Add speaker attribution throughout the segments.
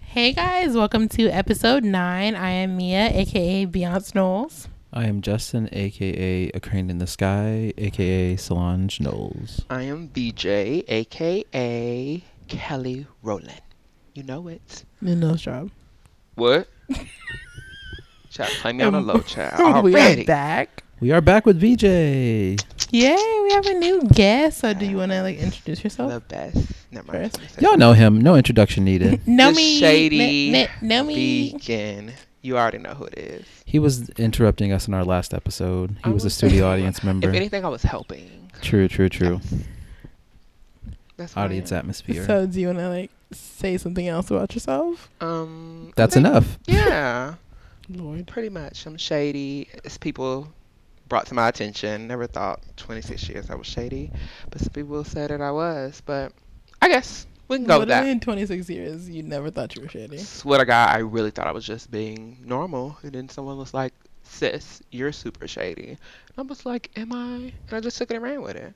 Speaker 1: Hey guys, welcome to episode nine. I am Mia, aka Beyonce Knowles.
Speaker 2: I am Justin, aka A Crane in the Sky, aka Solange Knowles.
Speaker 3: I am BJ, aka Kelly Rowland. You know it.
Speaker 1: In nose job.
Speaker 3: What? chat, play me on a
Speaker 1: Um,
Speaker 3: low chat.
Speaker 1: we are
Speaker 3: Already.
Speaker 1: back.
Speaker 2: We are back with VJ.
Speaker 1: Yay, we have a new guest. So do you want to like introduce
Speaker 3: The
Speaker 1: yourself?
Speaker 3: best. Never mind. I was gonna say.
Speaker 2: Y'all know him. No introduction needed.
Speaker 1: No
Speaker 3: The
Speaker 1: me, n-
Speaker 3: shady
Speaker 1: n- no me.
Speaker 3: Beacon. You already know who it is.
Speaker 2: He was interrupting us in our last episode. He
Speaker 3: I
Speaker 2: was a
Speaker 3: was-
Speaker 2: studio audience member.
Speaker 3: If anything, I was helping.
Speaker 2: True, true, true.
Speaker 3: That's what I
Speaker 2: Audience
Speaker 3: am.
Speaker 2: atmosphere.
Speaker 1: So do you want to like say something else about yourself?
Speaker 3: Um. I
Speaker 2: That's
Speaker 3: think-
Speaker 2: enough.
Speaker 3: Yeah.
Speaker 1: Lord,
Speaker 3: Pretty much. I'm shady. It's people brought to my attention. Never thought 26 years I was shady, but some people said that I was. But I guess we can go with that.
Speaker 1: in 26 years you never thought you were shady?
Speaker 3: Swear to God, I really thought I was just being normal, and then someone was like, "Sis, you're super shady." And I was like, "Am I?" And I just took it and ran with it.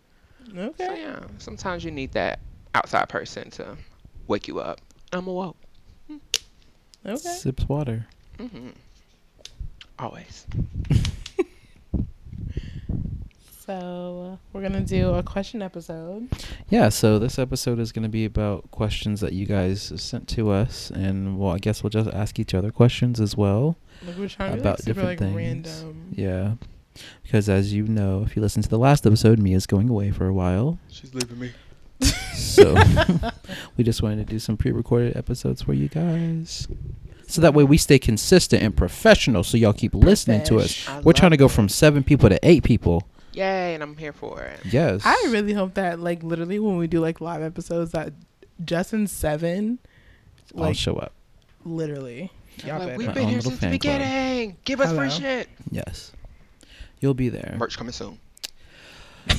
Speaker 3: So
Speaker 1: Okay.
Speaker 3: yeah, sometimes you need that outside person to wake you up. I'm awoke.
Speaker 1: Okay.
Speaker 2: Sips water.
Speaker 3: Mm-hmm. Always.
Speaker 1: So we're gonna do a question episode.
Speaker 2: Yeah, so this episode is going to be about questions that you guys sent to us. And well, I guess we'll just ask each other questions as well.
Speaker 1: Like we're trying to be, like,
Speaker 2: About
Speaker 1: super like
Speaker 2: different things.
Speaker 1: random.
Speaker 2: Yeah. Because as you know, if you listen to the last episode, Mia's going away for a while.
Speaker 3: She's leaving me.
Speaker 2: So we just wanted to do some pre-recorded episodes for you guys. So that way we stay consistent and professional so y'all keep listening to us.
Speaker 3: I
Speaker 2: We're trying to
Speaker 3: love
Speaker 2: go
Speaker 3: it.
Speaker 2: from 7 people to 8 people.
Speaker 3: Yay, and I'm here for it.
Speaker 2: Yes.
Speaker 1: I really hope that like literally when we do like live episodes that Justin Seven,
Speaker 2: I'll
Speaker 1: like
Speaker 2: show up.
Speaker 1: literally, y'all
Speaker 3: Like,
Speaker 1: better.
Speaker 3: we've
Speaker 2: Our
Speaker 3: been
Speaker 2: own
Speaker 3: here
Speaker 2: little
Speaker 3: since the
Speaker 2: fan club.
Speaker 3: beginning. Give us free
Speaker 1: Hello.
Speaker 3: shit.
Speaker 2: Yes. You'll be there.
Speaker 3: Merch coming soon.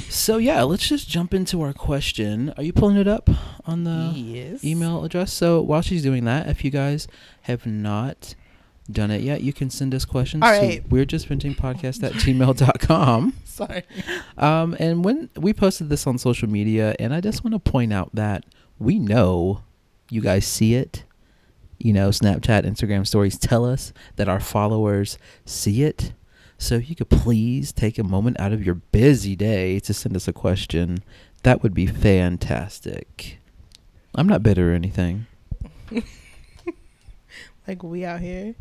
Speaker 2: So yeah, let's just jump into our question. Are you pulling it up on the
Speaker 1: yes.
Speaker 2: uh, email address. So while she's doing that, if you guys have not done it yet, you can send us questions
Speaker 1: All
Speaker 2: to
Speaker 1: right.
Speaker 2: we're just venting podcast at gmail.com.
Speaker 1: Sorry.
Speaker 2: Um, and when we posted this on social media, and I just want to point out that we know you guys see it. You know, Snapchat, Instagram stories tell us that our followers see it. So if you could please take a moment out of your busy day to send us a question, that would be fantastic. I'm not bitter or anything.
Speaker 1: Like we out here,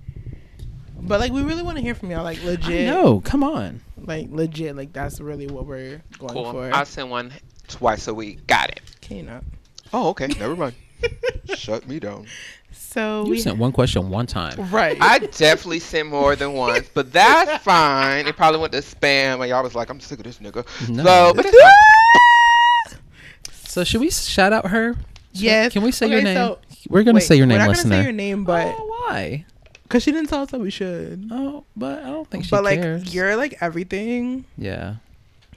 Speaker 1: but like we really want to hear from y'all. Like legit.
Speaker 2: No, come on.
Speaker 1: Like legit. Like that's really what we're going
Speaker 3: Cool.
Speaker 1: for.
Speaker 3: I'll send one twice a week. Got it.
Speaker 1: Can you not?
Speaker 3: Oh, okay. Never mind. Shut me down.
Speaker 1: So
Speaker 2: You
Speaker 1: we
Speaker 2: sent one question one time.
Speaker 1: right.
Speaker 3: I definitely sent more than once, but that's fine. It probably went to spam, and y'all was like, "I'm sick of this nigga."
Speaker 2: No.
Speaker 3: So, but it's fine.
Speaker 2: So should we shout out her? Should-
Speaker 1: Yes.
Speaker 2: Can we say
Speaker 1: Okay,
Speaker 2: your name?
Speaker 1: so-
Speaker 2: we're gonna
Speaker 1: Wait,
Speaker 2: say your name,
Speaker 1: We're not
Speaker 2: listener.
Speaker 1: gonna say your name, but
Speaker 2: oh, why?
Speaker 1: because she didn't tell us that we should.
Speaker 2: Oh, but I don't think she
Speaker 1: but like
Speaker 2: cares.
Speaker 1: you're like everything.
Speaker 2: yeah,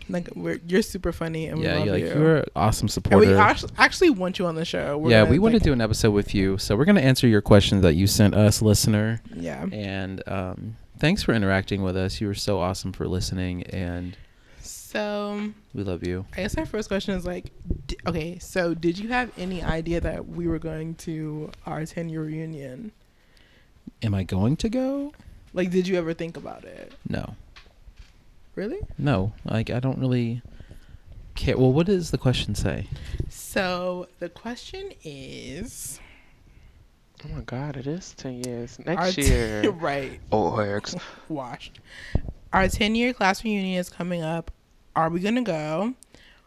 Speaker 1: Like we're you're super funny and we
Speaker 2: yeah,
Speaker 1: love
Speaker 2: you're like
Speaker 1: you.
Speaker 2: you're an awesome
Speaker 1: And
Speaker 2: supporter.
Speaker 1: we actually, actually want you on the show. We're
Speaker 2: yeah,
Speaker 1: gonna,
Speaker 2: we want to
Speaker 1: like-
Speaker 2: do an episode with you, so we're gonna answer your question that you sent us, listener.
Speaker 1: Yeah.
Speaker 2: And um, thanks for interacting with us. You were so awesome for listening, and
Speaker 1: So
Speaker 2: we love you.
Speaker 1: I guess our first question is like, d- okay, so did you have any idea that we were going to our ten year reunion?
Speaker 2: Am I going to go?
Speaker 1: Like, did you ever think about it?
Speaker 2: No,
Speaker 1: Really?
Speaker 2: no. Like I don't really care. Well, what does the question say?
Speaker 1: So the question is,
Speaker 3: Oh my god, it is ten years
Speaker 1: our
Speaker 3: next
Speaker 1: t-
Speaker 3: year. Oh,
Speaker 1: right?
Speaker 3: Orgs.
Speaker 1: Washed. Our ten year class reunion is coming up. Are we gonna go?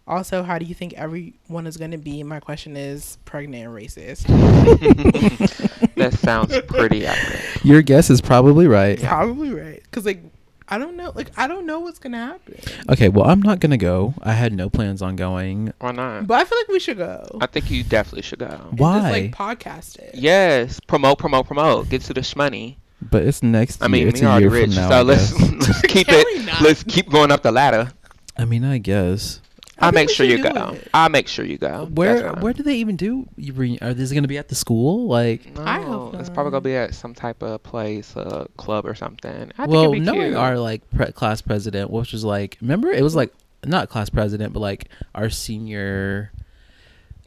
Speaker 1: Also, how do you think everyone is gonna be? My question is pregnant and racist.
Speaker 3: That sounds pretty out there.
Speaker 2: Your guess is probably right.
Speaker 1: Probably right. Cause like I don't know. Like I don't know what's gonna happen.
Speaker 2: Okay, well, I'm not gonna go. I had no plans on going.
Speaker 3: Why not?
Speaker 1: But I feel like we should go.
Speaker 3: Uh. I think you definitely should go.
Speaker 2: Why?
Speaker 1: And just like podcast it.
Speaker 3: Yes, promote, promote, promote. Get to the shmoney.
Speaker 2: but it's next
Speaker 3: I mean,
Speaker 2: year. It's
Speaker 3: we
Speaker 2: a
Speaker 3: already
Speaker 2: year from
Speaker 3: rich,
Speaker 2: now.
Speaker 3: so
Speaker 2: I
Speaker 3: let's
Speaker 2: guess.
Speaker 3: let's keep
Speaker 1: Can we
Speaker 3: it.
Speaker 1: not?
Speaker 3: Let's keep going up the ladder.
Speaker 2: I mean, I guess.
Speaker 3: I'll
Speaker 1: think
Speaker 3: make
Speaker 1: we
Speaker 3: sure
Speaker 1: should
Speaker 3: you
Speaker 1: do
Speaker 3: go.
Speaker 1: it.
Speaker 3: I'll make sure you go.
Speaker 2: Where
Speaker 3: Oh, That's fine.
Speaker 2: where do they even do? You re- are these going to be at the school? Like,
Speaker 3: No,
Speaker 1: I hope
Speaker 3: it's probably
Speaker 1: not.
Speaker 3: gonna be at some type of place, uh, club or something. I
Speaker 2: well,
Speaker 3: think it'd be
Speaker 2: knowing
Speaker 3: cute.
Speaker 2: our like pre- class president, which was like, remember it was like not class president, but like our senior,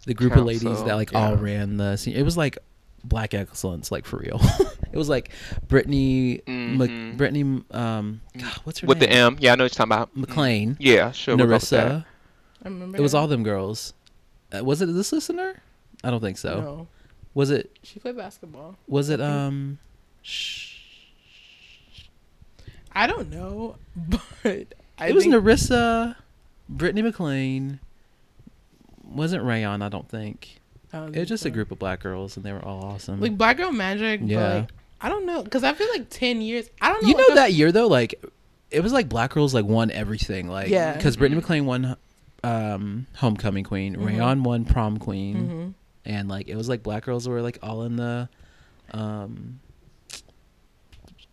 Speaker 2: the group of ladies
Speaker 3: Council,
Speaker 2: that like all
Speaker 3: yeah.
Speaker 2: ran the. Senior, it was like black excellence, like for real. it was like Brittany, Mc-
Speaker 3: Mhm.
Speaker 2: Brittany, um, God, what's her
Speaker 3: Mm. With the
Speaker 2: name?
Speaker 3: M. Yeah, I know what you're talking about.
Speaker 2: McLean,
Speaker 3: Yeah, sure. we'll go with that.
Speaker 2: Narissa.
Speaker 1: I remember
Speaker 2: It was
Speaker 1: that.
Speaker 2: all them girls. Uh, was it this listener? I don't think so.
Speaker 1: No,
Speaker 2: Was it?
Speaker 1: she played basketball.
Speaker 2: Was it? Um, sh-
Speaker 1: I don't know, but I
Speaker 2: it was
Speaker 1: think
Speaker 2: Narissa, Brittany McLean. Wasn't Rayon? I don't think.
Speaker 1: that was
Speaker 2: It was just a
Speaker 1: before.
Speaker 2: group of black girls, and they were all awesome.
Speaker 1: like Black Girl Magic.
Speaker 2: Mm. Yeah.
Speaker 1: but like, I don't know because I feel like ten years. I don't know.
Speaker 2: you know
Speaker 1: if
Speaker 2: that year though, like it was like black girls like won everything, like
Speaker 1: Yeah. Mm-hmm.
Speaker 2: because Brittany McLean won um homecoming queen, Rayon won prom queen,
Speaker 1: Mhm.
Speaker 2: and like it was like black girls were like all in the um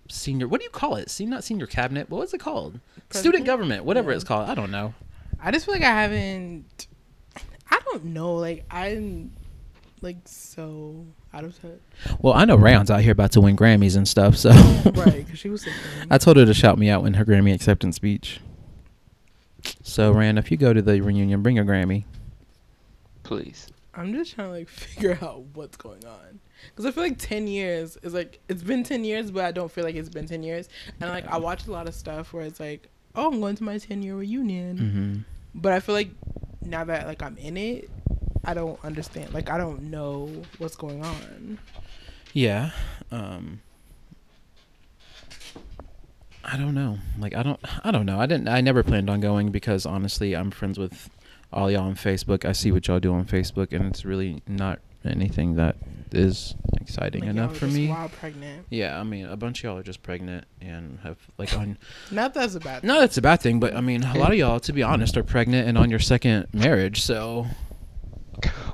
Speaker 2: senior what do you call it? Senior not senior cabinet. What was it called? Student
Speaker 1: President?
Speaker 2: government, whatever
Speaker 1: Yeah.
Speaker 2: it's called. I don't know.
Speaker 1: I just feel like I haven't. I don't know. Like I'm, like so out of touch.
Speaker 2: Well, I know Rayon's out here about to win Grammys and stuff, so
Speaker 1: right? Because she was singing.
Speaker 2: I told her to shout me out in her Grammy acceptance speech. So, Rand, if you go to the reunion, bring a Grammy.
Speaker 3: Please.
Speaker 1: I'm just trying to like figure out what's going on because I feel like ten years is like it's been ten years, but I don't feel like it's been ten years. And like I watch a lot of stuff where it's like, oh, I'm going to my ten year reunion,
Speaker 2: Mm-hmm.
Speaker 1: but I feel like now that like I'm in it, I don't understand. Like I don't know what's going on.
Speaker 2: Yeah. Um I don't know. Like I don't I don't know. I didn't I never planned on going because honestly, I'm friends with all y'all on Facebook. I see what y'all do on Facebook and it's really not anything that is exciting
Speaker 1: Like, y'all
Speaker 2: enough
Speaker 1: were
Speaker 2: for
Speaker 1: just
Speaker 2: me.
Speaker 1: Wild pregnant.
Speaker 2: Yeah, I mean, a bunch of y'all are just pregnant and have like on
Speaker 1: Not that's a bad.
Speaker 2: No, that's a bad thing, but I mean, a lot of y'all to be honest are pregnant and on your second marriage, so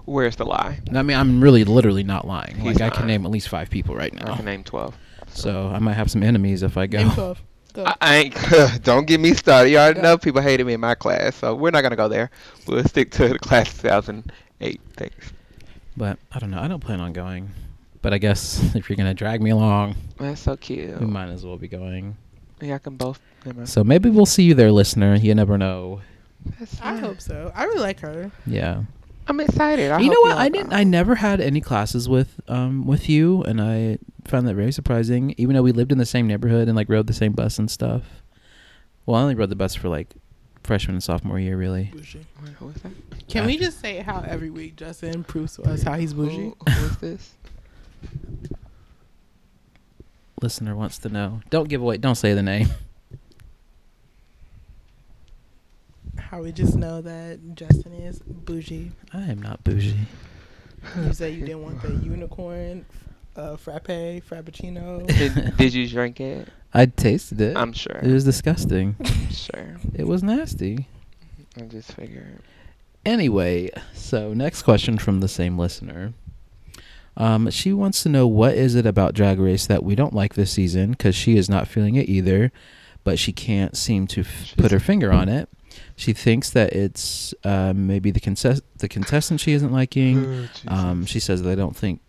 Speaker 3: Where's the lie?
Speaker 2: I mean, I'm really literally not lying.
Speaker 3: He's
Speaker 2: Like I can
Speaker 3: not.
Speaker 2: name at least 5 people right
Speaker 3: I
Speaker 2: now.
Speaker 3: can name 12.
Speaker 2: So, I might have some enemies if I go.
Speaker 1: Name 12. Go.
Speaker 3: I, I ain't. Don't get me started. You already know people hated me in my class, so we're not going to go there. We'll stick to the class of 2008. Thanks.
Speaker 2: But I don't know. I don't plan on going. But I guess if you're gonna drag me along,
Speaker 3: That's so cute.
Speaker 2: we might as well be going.
Speaker 3: Yeah, I can both. never mind.
Speaker 2: So maybe we'll see you there, listener. You never know.
Speaker 3: That's
Speaker 1: I
Speaker 3: fine.
Speaker 1: hope so. I really like her.
Speaker 2: Yeah.
Speaker 3: I'm excited. I
Speaker 2: you know
Speaker 3: hope
Speaker 2: what?
Speaker 3: y'all
Speaker 2: I didn't.
Speaker 3: go.
Speaker 2: I never had any classes with um with you, and I found that very surprising. Even though we lived in the same neighborhood and like rode the same bus and stuff. Well, I only rode the bus for like freshman and sophomore year, really.
Speaker 3: Wait, who is that?
Speaker 1: Can we just say how every week Justin proves to us how he's bougie?
Speaker 3: Who, who is this?
Speaker 2: Listener wants to know. Don't give away. Don't say the name.
Speaker 1: How we just know that Justin is bougie.
Speaker 2: I am not bougie.
Speaker 1: You said you didn't want the unicorn uh, frappe, frappuccino.
Speaker 3: did, did you drink it?
Speaker 2: I tasted it.
Speaker 3: I'm sure.
Speaker 2: it was disgusting.
Speaker 3: I'm sure.
Speaker 2: it was nasty.
Speaker 3: I just figured.
Speaker 2: Anyway, so next question from the same listener. Um, she wants to know what is it about Drag Race that we don't like this season because she is not feeling it either, but she can't seem to f- put her finger on it. She thinks that it's uh, maybe the contest the contestant she isn't liking. Um, she says they don't think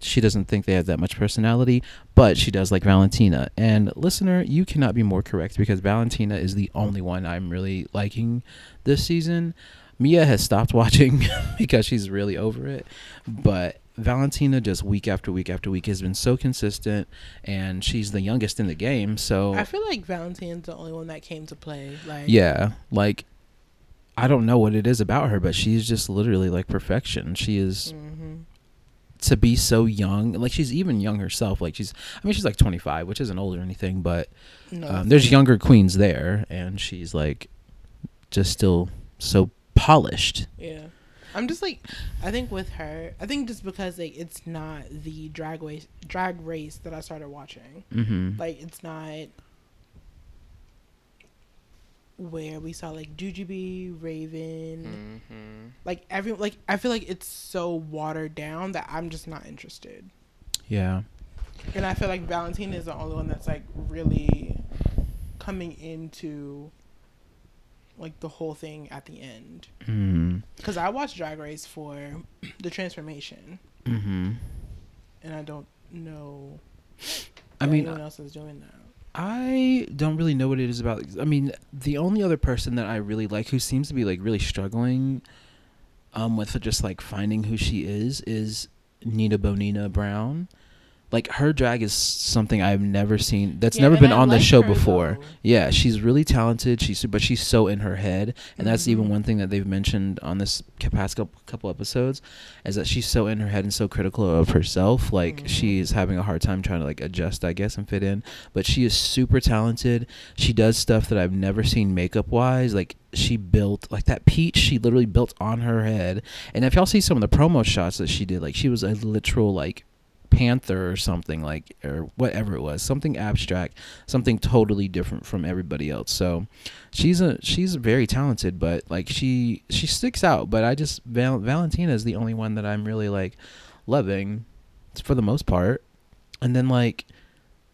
Speaker 2: she doesn't think they have that much personality, but she does like Valentina. And listener, you cannot be more correct because Valentina is the only one I'm really liking this season. Mia has stopped watching because she's really over it, but Valentina just week after week after week has been so consistent and she's the youngest in the game, so
Speaker 1: I feel like Valentine's the only one that came to play. Like
Speaker 2: yeah, like I don't know what it is about her, but she's just literally like perfection. She is
Speaker 1: hmm
Speaker 2: to be so young like she's even young herself like she's i mean she's like 25 which isn't old or anything but
Speaker 1: No,
Speaker 2: um, there's younger queens there and she's like just still so polished
Speaker 1: Yeah. I'm just like I think with her, I think just because like it's not the drag race drag race that I started watching.
Speaker 2: mm-hmm.
Speaker 1: Like it's not where we saw like Jujubee, Raven,
Speaker 3: Mm-hmm.
Speaker 1: like every like I feel like it's so watered down that I'm just not interested.
Speaker 2: yeah
Speaker 1: And I feel like Valentina is the only one that's like really coming into like the whole thing at the end.
Speaker 2: mm.
Speaker 1: Cuz I watched Drag Race for the transformation
Speaker 2: mm-hmm.
Speaker 1: and I don't know
Speaker 2: i
Speaker 1: that
Speaker 2: mean uh,
Speaker 1: anyone else is doing that.
Speaker 2: I don't really know what it is about. I mean, the only other person that I really like who seems to be like really struggling um with just like finding who she is is Nina Bonina Brown. Like her drag is something I've never seen. That's
Speaker 1: Yeah,
Speaker 2: never
Speaker 1: and
Speaker 2: been
Speaker 1: I
Speaker 2: on
Speaker 1: like
Speaker 2: the show
Speaker 1: her,
Speaker 2: before.
Speaker 1: though.
Speaker 2: Yeah, she's really talented. She's but she's so in her head, and that's even
Speaker 1: Mhm.
Speaker 2: one thing that they've mentioned on this ca- past couple, couple episodes, is that she's so in her head and so critical of herself. Like
Speaker 1: Mhm.
Speaker 2: she's having a hard time trying to like adjust, I guess, and fit in. But she is super talented. She does stuff that I've never seen makeup wise. Like she built like that peach. She literally built on her head. And if y'all see some of the promo shots that she did, like she was a literal like panther or something like or whatever it was something abstract something totally different from everybody else so she's a she's very talented but like she she sticks out but i just Val- valentina is the only one that i'm really like loving for the most part and then like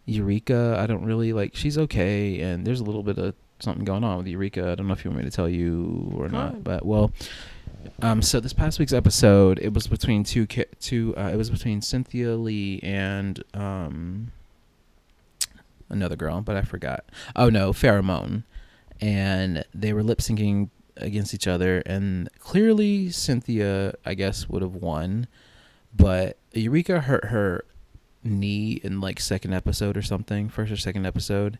Speaker 2: eureka i don't really like she's okay and there's a little bit of something going on with eureka i don't know if you want me to tell you or
Speaker 1: Go
Speaker 2: not
Speaker 1: on.
Speaker 2: but well um, so this past week's episode, it was between two ki- two. Uh, it was between Cynthia Lee and um, another girl, but I forgot. Oh no, Pheromone, and they were lip syncing against each other, and clearly Cynthia, I guess, would have won, but Eureka hurt her knee in like second episode or something, first or second episode,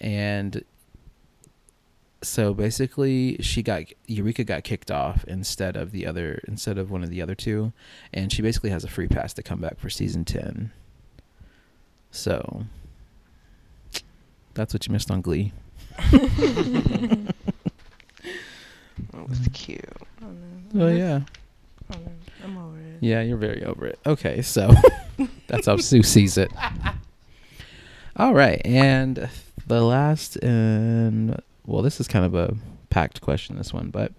Speaker 2: and so basically she got eureka got kicked off instead of the other instead of one of the other two and she basically has a free pass to come back for season 10 so that's what you missed on glee
Speaker 3: It was
Speaker 2: Mm.
Speaker 3: cute.
Speaker 2: oh yeah
Speaker 1: I'm over it.
Speaker 2: yeah you're very over it okay so that's how sue sees it all right and the last and well this is kind of a packed question this one but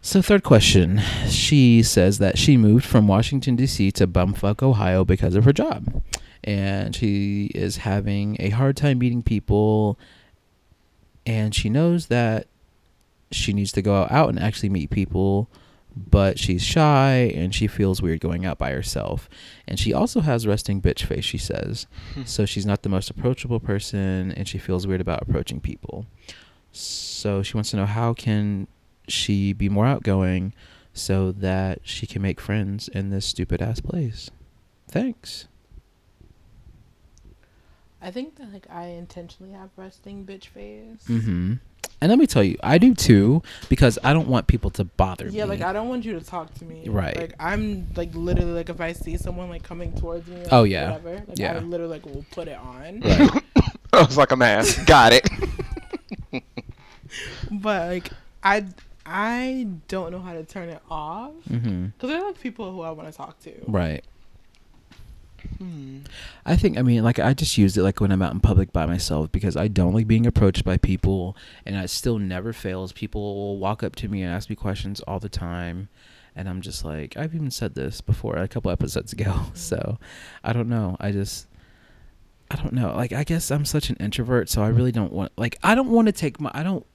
Speaker 2: so third question she says that she moved from Washington D.C. to bumfuck Ohio because of her job, and she is having a hard time meeting people, and she knows that she needs to go out and actually meet people, but she's shy and she feels weird going out by herself, and she also has resting bitch face. She says
Speaker 1: Hmm.
Speaker 2: so she's not the most approachable person and she feels weird about approaching people so she wants to know how can she be more outgoing so that she can make friends in this stupid ass place thanks
Speaker 1: I think that like I intentionally have resting bitch face.
Speaker 2: mm-hmm and let me tell you i do too because i don't want people to bother
Speaker 1: Yeah,
Speaker 2: me
Speaker 1: like I don't want you to talk to me.
Speaker 2: Right.
Speaker 1: Like I'm like literally like if I see someone like coming towards me. Like,
Speaker 2: Oh, yeah.
Speaker 1: Whatever. Like, I
Speaker 2: Yeah.
Speaker 1: literally like will put it on.
Speaker 2: Right.
Speaker 3: I was like a mess. Got it.
Speaker 1: But like I I don't know how to turn it off
Speaker 2: mm-hmm
Speaker 1: because there are like people who I want to talk to.
Speaker 2: right
Speaker 3: Hmm.
Speaker 2: I think I mean like I just use it like when I'm out in public by myself because I don't like being approached by people and it still never fails. People will walk up to me and ask me questions all the time and I'm just like I've even said this before a couple episodes ago. So I don't know. I just I don't know. Like I guess I'm such an introvert so I really don't want like I don't want to take my I don't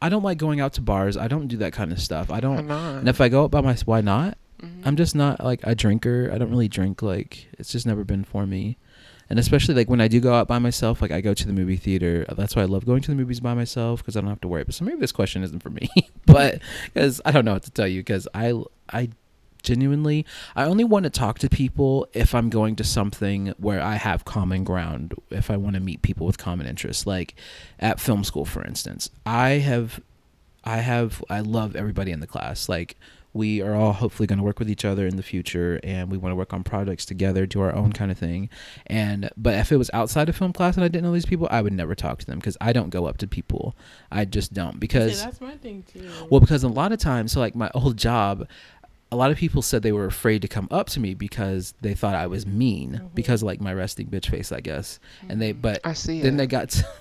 Speaker 2: I don't like going out to bars. I don't do that kind of stuff. I
Speaker 3: Why
Speaker 2: don't
Speaker 3: not?
Speaker 2: and if I go out by my why not?
Speaker 3: Mhm.
Speaker 2: I'm just not like a drinker. I don't really drink. Like it's just never been for me. And especially like when I do go out by myself, like I go to the movie theater. That's why I love going to the movies by myself because I don't have to worry. But so maybe this question isn't for me. but because I don't know what to tell you because I I genuinely I only want to talk to people if I'm going to something where I have common ground. If I want to meet people with common interests, like at film school, for instance, I have I have I love everybody in the class. Like we are all hopefully going to work with each other in the future and we want to work on projects together do our own kind of thing and but if it was outside of film class and i didn't know these people i would never talk to them because i don't go up to people i just don't
Speaker 1: Yeah,
Speaker 2: because
Speaker 1: that's my thing too.
Speaker 2: well because a lot of times so like my old job a lot of people said they were afraid to come up to me because they thought i was mean
Speaker 1: Mhm.
Speaker 2: because like my resting bitch face i guess and they but
Speaker 3: I see
Speaker 2: then
Speaker 3: it.
Speaker 2: they got to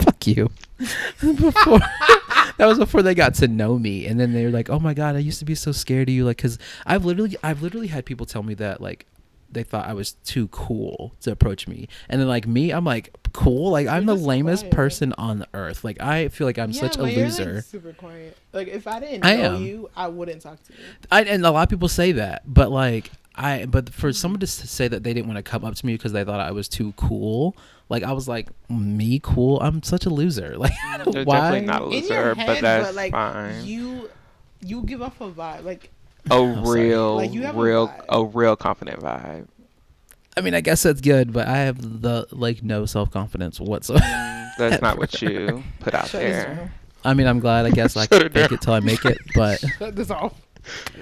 Speaker 2: fuck you. before that was before they got to know me, and then they were like, "Oh my god, I used to be so scared of you." Like, cause I've literally, I've literally had people tell me that like they thought I was too cool to approach me, and then like me, I'm like cool. Like I'm
Speaker 1: You're
Speaker 2: the
Speaker 1: just
Speaker 2: lamest
Speaker 1: quiet.
Speaker 2: person on the earth. Like I feel like I'm
Speaker 1: Yeah,
Speaker 2: such a
Speaker 1: but you're, like,
Speaker 2: loser.
Speaker 1: super quiet. Like if I didn't
Speaker 2: I
Speaker 1: know
Speaker 2: am.
Speaker 1: you, I wouldn't talk to you.
Speaker 2: I, and a lot of people say that, but like I, but for someone to s- say that they didn't want to come up to me because they thought I was too cool, like I was like, me cool? I'm such a loser. Like I don't-
Speaker 3: Mm, They're
Speaker 2: why?
Speaker 3: definitely not a
Speaker 1: In
Speaker 3: loser,
Speaker 1: your head,
Speaker 3: but that's
Speaker 1: but like
Speaker 3: fine.
Speaker 1: you you give off a vibe. Like
Speaker 3: A
Speaker 2: I'm sorry.
Speaker 3: real,
Speaker 1: Like, you have a
Speaker 3: real,
Speaker 1: vibe.
Speaker 3: a real confident vibe.
Speaker 2: I mean, I guess that's good, but I have the like no self confidence whatsoever.
Speaker 3: That's not what you put out there.
Speaker 2: I mean, I'm glad. I guess I
Speaker 3: Shut
Speaker 2: can
Speaker 3: it
Speaker 2: fake
Speaker 3: down.
Speaker 2: it till I make it. But
Speaker 1: Shut this off.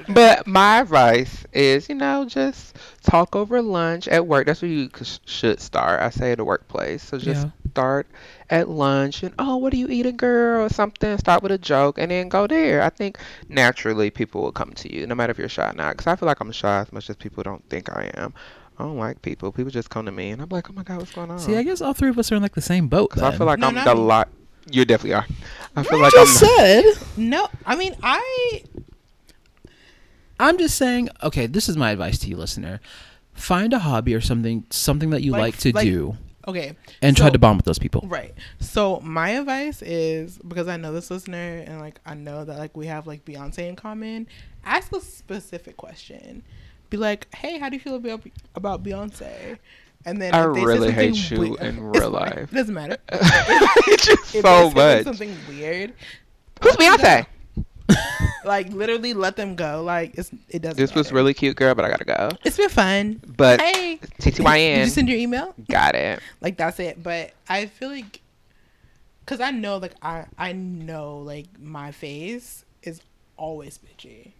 Speaker 3: But my advice is, you know, just talk over lunch at work. That's where you c- should start. I say at the workplace. So just
Speaker 2: Yeah.
Speaker 3: start at lunch and, oh, what are you eating, girl? Or something. Start with a joke and then go there. I think naturally people will come to you, no matter if you're shy or not. Because I feel like I'm shy as much as people don't think I am. I don't like people. People just come to me and I'm like, oh my God, what's going on?
Speaker 2: see, I guess all three of us are in like the same boat.
Speaker 3: Because I
Speaker 2: then.
Speaker 3: feel like
Speaker 1: No,
Speaker 3: I'm
Speaker 1: not
Speaker 3: the
Speaker 1: me.
Speaker 3: lot. You definitely are. I feel like I'm.
Speaker 2: just said.
Speaker 1: No, I mean I.
Speaker 2: I'm just saying. Okay, this is my advice to you, listener. Find a hobby or something, something that you like,
Speaker 1: Like-
Speaker 2: to
Speaker 1: like-
Speaker 2: do,
Speaker 1: Okay.
Speaker 2: and try
Speaker 1: so-
Speaker 2: to bond with those people.
Speaker 1: Right. So my advice is because I know this listener and like I know that like we have like Beyonce in common. Ask a specific question. Be like, hey, how do you feel about about Beyonce? And then
Speaker 3: I
Speaker 1: if they say
Speaker 3: really hate
Speaker 1: something
Speaker 3: you
Speaker 1: wei-
Speaker 3: in
Speaker 1: It's
Speaker 3: real
Speaker 1: fine.
Speaker 3: life.
Speaker 1: It doesn't matter.
Speaker 3: It's just
Speaker 1: If they
Speaker 3: so
Speaker 1: say, like,
Speaker 3: much.
Speaker 1: something weird,
Speaker 3: Who's Beyonce?
Speaker 1: like literally let them go. Like it's it doesn't.
Speaker 3: This was
Speaker 1: matter.
Speaker 3: really cute, girl, but I gotta go.
Speaker 1: It's been fun.
Speaker 3: But
Speaker 1: Hey, Did you
Speaker 3: TTYN,
Speaker 1: send your email?
Speaker 3: got it.
Speaker 1: like that's it but i feel like because i know like i i know like my face is always bitchy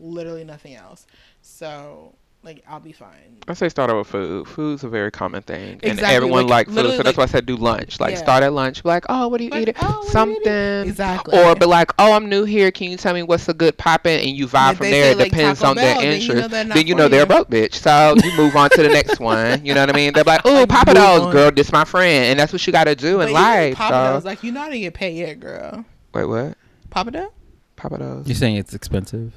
Speaker 1: literally nothing else so like i'll be fine
Speaker 3: I say start out with food. Food's a very common thing, and
Speaker 1: Exactly,
Speaker 3: everyone
Speaker 1: like,
Speaker 3: likes food.
Speaker 1: literally,
Speaker 3: So that's why I said do lunch. Like
Speaker 1: Yeah.
Speaker 3: start at lunch. Be like, oh, what are you
Speaker 1: Like,
Speaker 3: eating?
Speaker 1: "Oh, what are you eating?"
Speaker 3: Something.
Speaker 1: Exactly.
Speaker 3: Or be like, oh, I'm new here. Can you tell me what's a good poppin'? And you vibe
Speaker 1: If
Speaker 3: from
Speaker 1: they
Speaker 3: there.
Speaker 1: say,
Speaker 3: It
Speaker 1: like,
Speaker 3: depends
Speaker 1: Taco
Speaker 3: on their
Speaker 1: Bell, then you know
Speaker 3: interest.
Speaker 1: they're not
Speaker 3: then you
Speaker 1: for
Speaker 3: know they're
Speaker 1: you.
Speaker 3: a broke bitch. So you move on to the next one. You know what I mean? They're like, oh,
Speaker 1: Like,
Speaker 3: Papa
Speaker 1: move
Speaker 3: Do's,
Speaker 1: on.
Speaker 3: girl. This my friend, and that's what you gotta do in
Speaker 1: even
Speaker 3: life.
Speaker 1: papa
Speaker 3: so-
Speaker 1: was like you know how to get paid yet girl
Speaker 3: Wait, what?
Speaker 1: papa Doe?
Speaker 3: Papa Do's.
Speaker 2: You're saying it's expensive.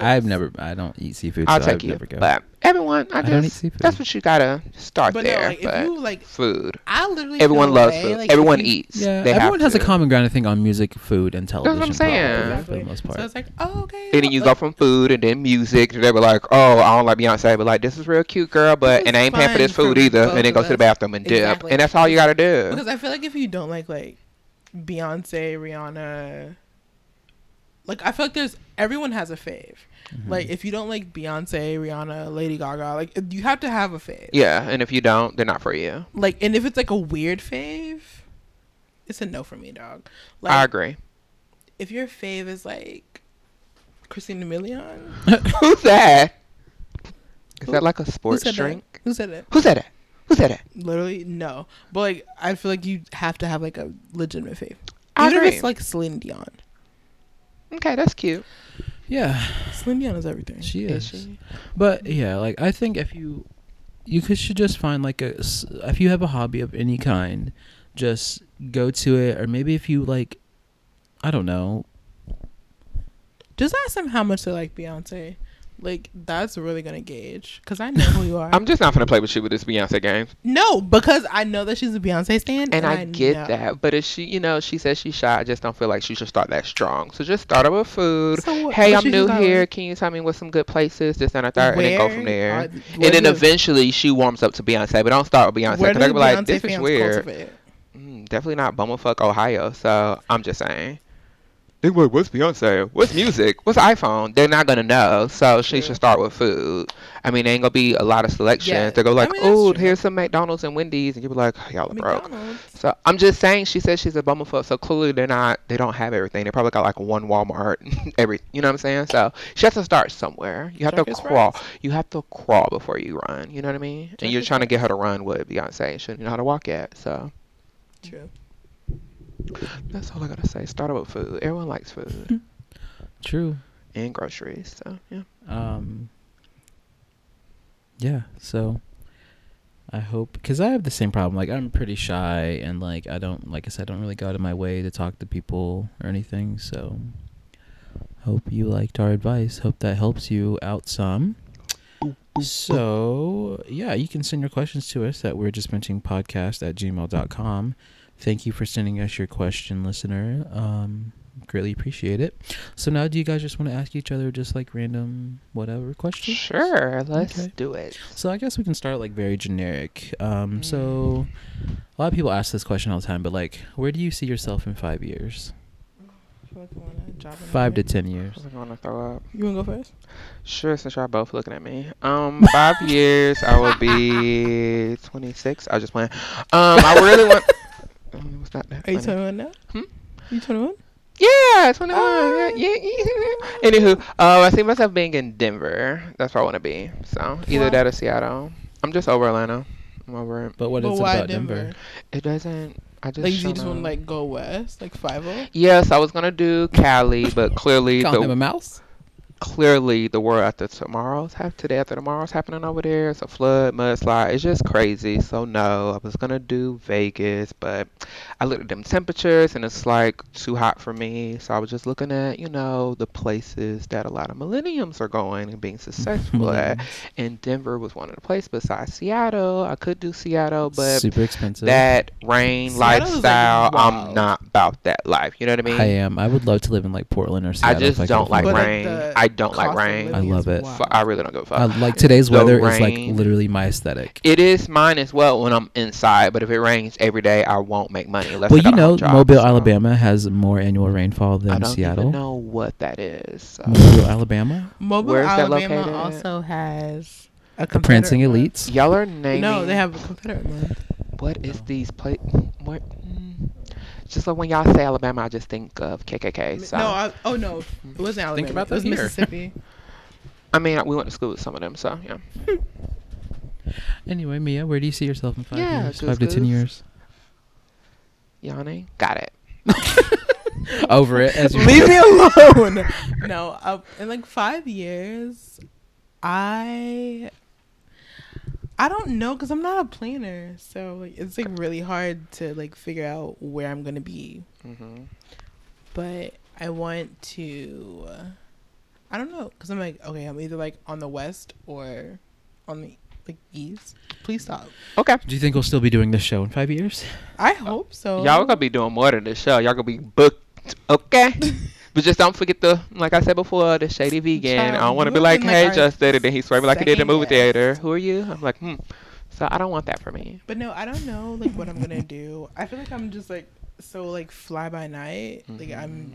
Speaker 2: I've never. I don't eat seafood.
Speaker 3: I'll
Speaker 2: so
Speaker 3: take
Speaker 2: I've
Speaker 3: you.
Speaker 2: Never go.
Speaker 3: But everyone, I,
Speaker 2: I
Speaker 3: just
Speaker 2: don't eat seafood.
Speaker 3: that's what you gotta start
Speaker 1: but
Speaker 3: there.
Speaker 1: no like
Speaker 3: but
Speaker 1: if you like
Speaker 3: food,
Speaker 1: i literally
Speaker 3: everyone
Speaker 1: feel
Speaker 3: loves
Speaker 1: away,
Speaker 3: food.
Speaker 1: like, if
Speaker 3: everyone
Speaker 1: you-
Speaker 3: eats.
Speaker 2: Yeah,
Speaker 3: They have
Speaker 2: everyone has a
Speaker 3: to.
Speaker 2: common ground, I think, on music, food, and television.
Speaker 3: what I'm saying.
Speaker 2: probably,
Speaker 1: Exactly.
Speaker 2: for the most part.
Speaker 1: so it's like oh, okay
Speaker 3: And then you
Speaker 1: like,
Speaker 3: go from food and then music. And they were like, "Oh, I don't like Beyonce," but like, "This is real cute, girl." But
Speaker 1: This
Speaker 3: and
Speaker 1: is
Speaker 3: I ain't paying for
Speaker 1: fun
Speaker 3: this food
Speaker 1: for
Speaker 3: either.
Speaker 1: both
Speaker 3: And then go
Speaker 1: of
Speaker 3: to the
Speaker 1: us.
Speaker 3: bathroom and dip.
Speaker 1: Exactly.
Speaker 3: And that's all you gotta do.
Speaker 1: Because I feel like if you don't like like Beyonce, Rihanna, like I feel like there's everyone has a fave.
Speaker 3: Mm-hmm.
Speaker 1: Like if you don't like Beyonce, Rihanna, Lady Gaga, like you have to have a fave.
Speaker 3: yeah, and if you don't, they're not for you.
Speaker 1: Like and if it's like a weird fave, it's a no for me, dog. Like
Speaker 3: I agree.
Speaker 1: if your fave is like Christina Milian,
Speaker 3: Who's that? Is
Speaker 1: Who-
Speaker 3: that like a
Speaker 1: who
Speaker 3: sports
Speaker 1: said
Speaker 3: drink?
Speaker 1: that? Who said it?
Speaker 3: Who said that? Who said that?
Speaker 1: Literally no. But like I feel like you have to have like a legitimate fave.
Speaker 3: I
Speaker 1: Even if
Speaker 3: agree.
Speaker 1: it's like Celine Dion.
Speaker 3: okay, that's cute.
Speaker 2: yeah,
Speaker 1: Celine Dion is everything.
Speaker 2: she
Speaker 3: Is
Speaker 2: is.
Speaker 3: she?
Speaker 2: But yeah, like I think if you you could should just find like a s- if you have a hobby of any kind, just go to it or maybe if you like I don't know.
Speaker 1: Just ask them how much they like Beyonce. Like that's really gonna gauge because I know who you are.
Speaker 3: I'm just not gonna play with you with this Beyonce game.
Speaker 1: no, because I know that she's a Beyonce stan,
Speaker 3: And I, get
Speaker 1: know-
Speaker 3: that, but if she, you know, she says she's shy, I just don't feel like she should start that strong. So just start out with food.
Speaker 1: So what-
Speaker 3: hey,
Speaker 1: what
Speaker 3: I'm
Speaker 1: she
Speaker 3: new
Speaker 1: should
Speaker 3: here.
Speaker 1: start
Speaker 3: Can you tell me what's some good places? This and a third, and then go from there.
Speaker 1: are- where
Speaker 3: and then
Speaker 1: do-
Speaker 3: eventually she warms up to Beyonce, but don't start with Beyonce
Speaker 1: where
Speaker 3: because
Speaker 1: do
Speaker 3: they're be like,
Speaker 1: Beyonce
Speaker 3: this is
Speaker 1: fans
Speaker 3: weird.
Speaker 1: cultivate?
Speaker 3: Mm, definitely not Bumblefuck, Ohio. So I'm just saying. They were, what's Beyonce? What's music? What's iPhone? They're not gonna know. So she
Speaker 1: True.
Speaker 3: should start with food. I mean, there ain't gonna be a lot of selections.
Speaker 1: Yeah,
Speaker 3: They go
Speaker 1: I
Speaker 3: like,
Speaker 1: mean, that's
Speaker 3: oh,
Speaker 1: true.
Speaker 3: here's some McDonald's and Wendy's, and you'll be like, y'all are broke.
Speaker 1: McDonald's.
Speaker 3: So I'm just saying, she says she's a bumblefuck. So clearly they're not, they don't have everything. They probably got like one Walmart, every, you know what I'm saying? So she has to start somewhere. You have to
Speaker 1: Checkers
Speaker 3: crawl.
Speaker 1: fries.
Speaker 3: You have to crawl before you run. You know what I mean? and you're
Speaker 1: Checkers
Speaker 3: trying to get her to run with Beyonce. and She doesn't know how to walk yet. So
Speaker 1: True.
Speaker 3: that's all I gotta say. Start out with food. Everyone likes food
Speaker 2: True.
Speaker 3: and groceries. So yeah.
Speaker 2: Um Yeah, so I hope cuz I have the same problem. Like I'm pretty shy and like I don't like I said I don't really go out of my way to talk to people or anything, so hope you liked our advice. Hope that helps you out some. So, yeah, you can send your questions to us at we're just mentioning podcast at gmail.com. Thank you for sending us your question, listener. Um, greatly appreciate it. So, now do you guys just want to ask each other just like random whatever questions?
Speaker 3: Sure. Let's
Speaker 2: Okay.
Speaker 3: do it.
Speaker 2: So, I guess we can start like very generic. Um, so,
Speaker 1: Mm.
Speaker 2: a lot of people ask this question all the time, but like, where do you see yourself in five years?
Speaker 1: feel like I want to drop in
Speaker 2: Five to
Speaker 1: there.
Speaker 2: ten years.
Speaker 3: I'm gonna throw up.
Speaker 1: You want to go first?
Speaker 3: Sure, since y'all both looking at me. Um, five years, I will be 26. I was just playing. Um, I really want. Um, It was not that
Speaker 1: Are you
Speaker 3: funny.
Speaker 1: 21 now?
Speaker 3: Hmm?
Speaker 1: You 21?
Speaker 3: Yeah, 21.
Speaker 1: Oh.
Speaker 3: Yeah, yeah, yeah. Anywho, uh, I see myself being in Denver. That's where I want to be. So either
Speaker 1: Why?
Speaker 3: that or Seattle. I'm just over Atlanta. I'm over it.
Speaker 2: But what
Speaker 1: But
Speaker 2: is
Speaker 1: why
Speaker 2: about Denver?
Speaker 3: It doesn't. I just.
Speaker 1: Like, you just
Speaker 3: dunno.
Speaker 1: want to, like, go west? Like, oh? 5
Speaker 3: Yes, I was gonna do Cali, but clearly
Speaker 2: Calling him
Speaker 3: the
Speaker 2: a mouse?
Speaker 3: clearly the world after tomorrow's have today after tomorrow's happening over there. It's a flood, mudslide. It's just crazy. So no, I was gonna do Vegas, but I looked at them temperatures and it's like too hot for me. So I was just looking at you know the places that a lot of millenniums are going and being successful at. And Denver was one of the places besides Seattle. I could do Seattle, but
Speaker 2: Super expensive.
Speaker 3: that rain
Speaker 1: Seattle's, like,
Speaker 3: lifestyle, I'm
Speaker 1: wild.
Speaker 3: not about that life. You know what I mean?
Speaker 2: I am. I would love to live in like Portland or
Speaker 3: I
Speaker 2: Seattle. if
Speaker 3: just
Speaker 2: could
Speaker 3: don't like
Speaker 2: afford
Speaker 1: But,
Speaker 2: it.
Speaker 1: like,
Speaker 3: rain.
Speaker 1: the
Speaker 3: I don't like
Speaker 1: cost of
Speaker 3: rain.
Speaker 1: living
Speaker 2: I
Speaker 1: is
Speaker 2: love it.
Speaker 1: wild.
Speaker 3: F- I really don't give a fuck.
Speaker 2: I like today's
Speaker 3: The
Speaker 2: weather is like
Speaker 3: rain.
Speaker 2: literally my aesthetic.
Speaker 3: It is mine as well when I'm inside, but if it rains every day, I won't make money. Unless
Speaker 2: well,
Speaker 3: I got
Speaker 2: you
Speaker 3: a
Speaker 2: know,
Speaker 3: home job,
Speaker 2: Mobile,
Speaker 3: so
Speaker 2: Alabama has more annual rainfall
Speaker 3: I
Speaker 2: than
Speaker 3: don't even
Speaker 2: Seattle.
Speaker 3: know what that is. so-
Speaker 2: Mobile, Alabama.
Speaker 1: Mobile,
Speaker 3: Where's that
Speaker 1: Alabama
Speaker 3: located?
Speaker 1: also has a
Speaker 2: The
Speaker 1: Confederate
Speaker 2: prancing
Speaker 1: month.
Speaker 2: elites.
Speaker 3: Y'all are naming.
Speaker 1: No, they have a Confederate month.
Speaker 3: What is
Speaker 2: No.
Speaker 3: these place? What? mm. Just like when y'all say Alabama, I just think of KKK. So
Speaker 1: No, I, oh no, it wasn't Alabama.
Speaker 2: about
Speaker 1: it was
Speaker 2: that here.
Speaker 1: Mississippi.
Speaker 3: I mean, we went to school with some of them, so yeah.
Speaker 2: Anyway, Mia, where do you see yourself in five
Speaker 3: Yeah,
Speaker 2: years?
Speaker 3: just
Speaker 2: Five to ten
Speaker 3: goofs.
Speaker 2: years.
Speaker 3: Yanni, got it.
Speaker 2: Over it. As you
Speaker 1: Leave me alone. No, uh, in like five years, I I don't know because I'm not a planner, so like it's like really hard to like figure out where I'm gonna be.
Speaker 3: hmm
Speaker 1: But I want to. I don't know because I'm like okay, I'm either like on the west or on the like east. Please stop.
Speaker 3: Okay.
Speaker 2: Do you think we'll still be doing this show in five years?
Speaker 1: I hope so.
Speaker 3: Y'all gonna be doing more than this show. Y'all gonna be booked, okay? but just don't forget the, like I said before, the shady vegan. I
Speaker 1: Child,
Speaker 3: don't want to
Speaker 1: you
Speaker 3: be
Speaker 1: have
Speaker 3: like,
Speaker 1: been, like,
Speaker 3: hey,
Speaker 1: our
Speaker 3: Justin, and then he swiped me like he did in the
Speaker 1: second
Speaker 3: movie
Speaker 1: guest.
Speaker 3: theater. Who are you? I'm like, hmm. So I don't want that for me.
Speaker 1: But no, I don't know like what I'm gonna do. I feel like I'm just like so like fly by night. Like I'm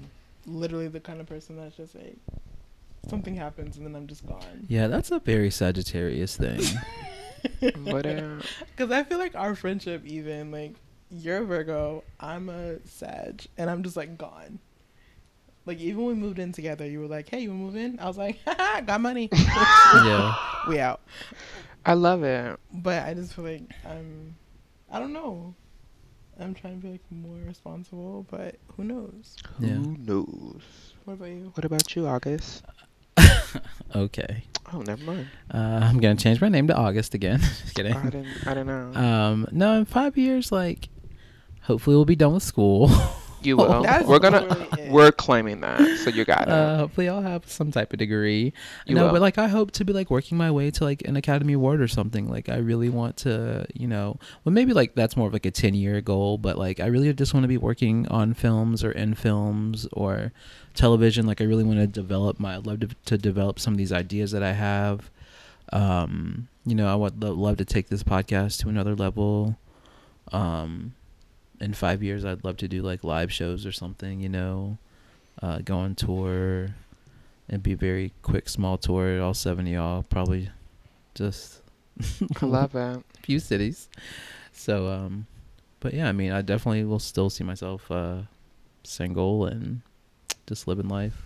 Speaker 1: literally the kind of person that's just like something happens and then I'm just gone.
Speaker 2: Yeah, that's a very Sagittarius thing.
Speaker 3: Whatever.
Speaker 1: Because I feel like our friendship even like you're a Virgo, I'm a Sag, and I'm just like gone. Like even when we moved in together, you were like, "Hey, you wanna move in?" I was like, "Haha, "Got money,
Speaker 2: yeah.
Speaker 1: we out."
Speaker 3: I love it.
Speaker 1: But I just feel like I'm, I don't know. I'm trying to be like more responsible, but who knows?
Speaker 2: Yeah.
Speaker 3: Who knows?
Speaker 1: What about you?
Speaker 3: What about you, August?
Speaker 2: Okay.
Speaker 3: Oh, never mind.
Speaker 2: Uh, I'm gonna change my name to August again. Just kidding.
Speaker 3: I didn't. I don't know.
Speaker 2: Um, no, in five years, like, hopefully we'll be done with school.
Speaker 3: you will.
Speaker 1: That's
Speaker 3: We're gonna.
Speaker 1: literally it.
Speaker 3: We're claiming that. So you got it.
Speaker 2: Uh, hopefully I'll have some type of degree.
Speaker 3: You
Speaker 2: no,
Speaker 3: will.
Speaker 2: but like I hope to be like working my way to like an Academy Award or something. Like I really want to, you know, well maybe like that's more of like a ten year goal, but like I really just want to be working on films or in films or television. Like I really want to develop my. I'd love to, to develop some of these ideas that I have. Um, you know, I would lo- love to take this podcast to another level. Um, in five years, I'd love to do like live shows or something. You know, uh, go on tour and be a very quick, small tour. All seven of y'all probably just
Speaker 3: I love it.
Speaker 2: a few cities. So, um, but yeah, I mean, I definitely will still see myself uh, single and just living life,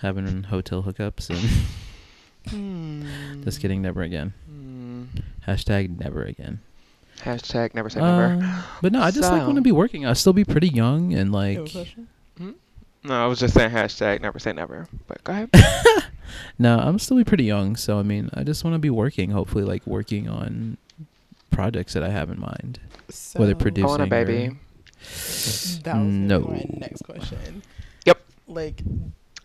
Speaker 2: having hotel hookups, and just kidding, never again.
Speaker 3: Hmm.
Speaker 2: Hashtag never again.
Speaker 3: Hashtag never say never.
Speaker 2: Uh, but no, I just like
Speaker 3: So-
Speaker 2: want to be working. I still be pretty young and
Speaker 1: You have a
Speaker 2: like
Speaker 1: question?
Speaker 3: No, I was just saying hashtag never say never. But go ahead.
Speaker 2: no, I'm still be pretty young. So I mean, I just want to be working. Hopefully, like working on projects that I have in mind.
Speaker 1: So,
Speaker 2: Whether produced-
Speaker 3: I want a
Speaker 2: Producing or-
Speaker 3: baby.
Speaker 1: That was no.
Speaker 2: No.
Speaker 1: my next question.
Speaker 3: Yep.
Speaker 1: Like,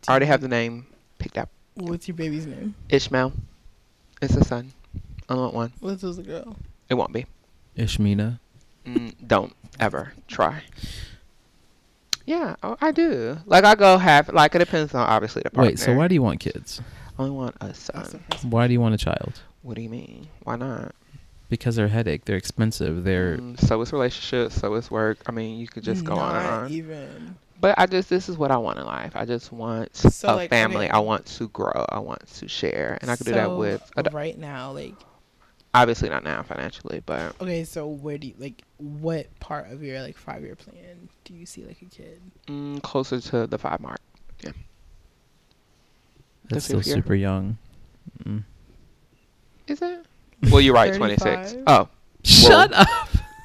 Speaker 3: I already have
Speaker 1: do
Speaker 3: the name picked out.
Speaker 1: you- What's your baby's name?
Speaker 3: Ishmael. It's a son. I want one.
Speaker 1: What's was a girl?
Speaker 3: It won't be.
Speaker 2: Ishmina.
Speaker 3: Mm, don't ever try. Yeah, I, I do. Like I go half. Like it depends on obviously the partner.
Speaker 2: Wait, so why do you want kids?
Speaker 3: I only want a
Speaker 1: That's the
Speaker 3: son.
Speaker 1: first
Speaker 2: Why do you want a child?
Speaker 3: What do you mean? Why not?
Speaker 2: Because they're a headache. They're expensive. They're
Speaker 3: Mm, so it's relationships. So it's work. I mean, you could just go on and
Speaker 1: Not e-
Speaker 3: on.
Speaker 1: even.
Speaker 3: But I just this is what I want in life. I just want
Speaker 1: So,
Speaker 3: a
Speaker 1: like,
Speaker 3: family.
Speaker 1: okay.
Speaker 3: I want to grow. I want to share, and I could do that
Speaker 1: So,
Speaker 3: with ad-
Speaker 1: right now, like
Speaker 3: obviously not now financially, but
Speaker 1: okay, so where do you like what part of your like five year plan do you see like a kid?
Speaker 3: mm, closer to the five mark.
Speaker 2: That's
Speaker 3: That's
Speaker 2: still
Speaker 3: it, yeah.
Speaker 2: super young. Mm.
Speaker 3: Is it? Well, you're right. Twenty six.
Speaker 1: 35?
Speaker 3: Oh,
Speaker 2: Shut up.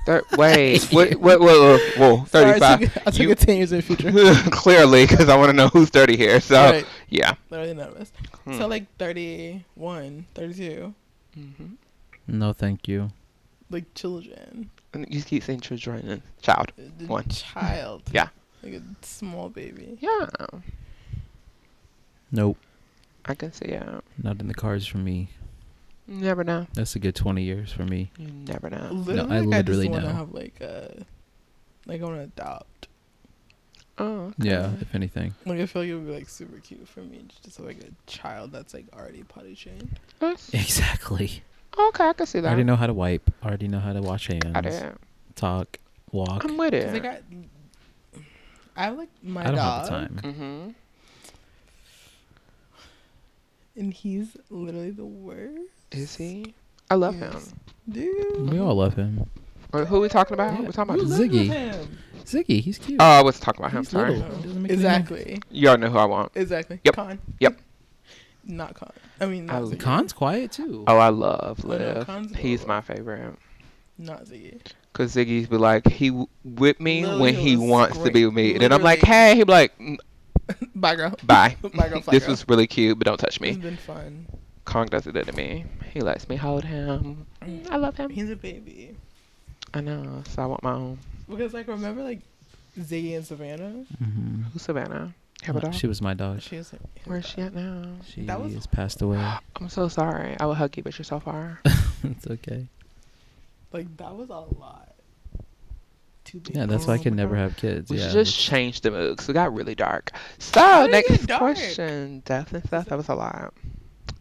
Speaker 3: thir- wait. wait, wait, wait, wait, whoa,
Speaker 1: Sorry,
Speaker 3: thirty five.
Speaker 1: I took, I took
Speaker 3: You-
Speaker 1: it ten years in the future.
Speaker 3: Clearly, because I want to know who's thirty here. So
Speaker 1: Right,
Speaker 3: yeah.
Speaker 1: literally none of us.
Speaker 3: Hmm.
Speaker 1: So like 31, 32,
Speaker 3: Mhm.
Speaker 2: No, thank you.
Speaker 1: like children,
Speaker 3: And you keep saying children and child.
Speaker 1: the
Speaker 3: One.
Speaker 1: child.
Speaker 3: Yeah.
Speaker 1: like a small baby.
Speaker 3: Yeah,
Speaker 2: Nope.
Speaker 3: I can see it.
Speaker 2: Not in the cards for me.
Speaker 3: You never know.
Speaker 2: That's a good 20 years for me.
Speaker 3: You never know.
Speaker 1: Literally,
Speaker 2: I
Speaker 1: like,
Speaker 2: literally
Speaker 1: I just want
Speaker 2: know.
Speaker 1: to have like a, like I want to adopt.
Speaker 3: Oh.
Speaker 2: Yeah,
Speaker 3: okay.
Speaker 2: if anything.
Speaker 1: Like I feel like it would be like super cute for me to just have like a child that's like already potty trained.
Speaker 3: That's-
Speaker 2: Exactly.
Speaker 3: Okay, I can see
Speaker 2: I
Speaker 3: that.
Speaker 2: already know how to wipe. I already know how to wash hands.
Speaker 3: I did.
Speaker 2: Talk, walk.
Speaker 3: I'm with
Speaker 1: Cause
Speaker 3: it.
Speaker 1: like I, I have like my
Speaker 2: I don't
Speaker 1: dog,
Speaker 2: have the time.
Speaker 3: mm-hmm.
Speaker 1: and he's literally the worst,
Speaker 3: Is he? I love him.
Speaker 1: Yes. dude.
Speaker 2: We all love him.
Speaker 3: Wait, who we talking about?
Speaker 2: Yeah.
Speaker 3: We're talking
Speaker 1: Who
Speaker 3: about.
Speaker 2: Who
Speaker 1: lives with
Speaker 2: Ziggy.
Speaker 1: him?
Speaker 2: Ziggy, he's cute.
Speaker 3: Oh, I was talking about him.
Speaker 2: He's
Speaker 3: Sorry.
Speaker 2: little. It doesn't make any
Speaker 1: Exactly,
Speaker 3: Y'all know who I want.
Speaker 1: exactly.
Speaker 3: Yep.
Speaker 1: Con.
Speaker 3: Yep.
Speaker 1: Not con. I mean,
Speaker 3: I
Speaker 1: not
Speaker 3: love-
Speaker 1: Ziggy.
Speaker 2: Khan's quiet too.
Speaker 3: Oh, I love
Speaker 1: I know,
Speaker 3: Liv.
Speaker 1: Khan's
Speaker 3: He's
Speaker 1: adorable.
Speaker 3: my favorite.
Speaker 1: Not Ziggy.
Speaker 3: Cause Ziggy's be like, he w- with me
Speaker 1: Lil
Speaker 3: when
Speaker 1: Hill
Speaker 3: he
Speaker 1: is
Speaker 3: wants to
Speaker 1: great.
Speaker 3: be with me, and then I'm like,
Speaker 1: Literally.
Speaker 3: hey, he be like, "Mm,
Speaker 1: Bye, girl.
Speaker 3: bye.
Speaker 1: Bye, girl. Fly,
Speaker 3: this
Speaker 1: girl.
Speaker 3: was really cute, but don't touch
Speaker 1: It's
Speaker 3: me.
Speaker 1: been fun.
Speaker 3: Kong does it to me. He lets me hold him. Mm, I love him.
Speaker 1: Um, He's a baby.
Speaker 3: I know. So I want my own.
Speaker 1: Because like remember like Ziggy and Savannah?
Speaker 2: hmm
Speaker 3: Who's Savannah? Have a dog?
Speaker 2: she was my dog.
Speaker 1: Oh, She was like his
Speaker 3: Where's she
Speaker 1: dog.
Speaker 3: at now?
Speaker 2: She
Speaker 1: That was-
Speaker 2: has passed away.
Speaker 3: I'm so sorry. I would hug you, but you're so far.
Speaker 2: it's okay.
Speaker 1: Like that was a lot. Two
Speaker 2: Yeah, that's why I
Speaker 3: Oh
Speaker 2: can
Speaker 3: my
Speaker 2: never
Speaker 3: God.
Speaker 2: have kids.
Speaker 3: We
Speaker 2: yeah,
Speaker 3: should just change the mood 'cause it got really dark.
Speaker 1: How
Speaker 3: So
Speaker 1: did it
Speaker 3: next
Speaker 1: get dark?
Speaker 3: question, death and stuff. That was a lot.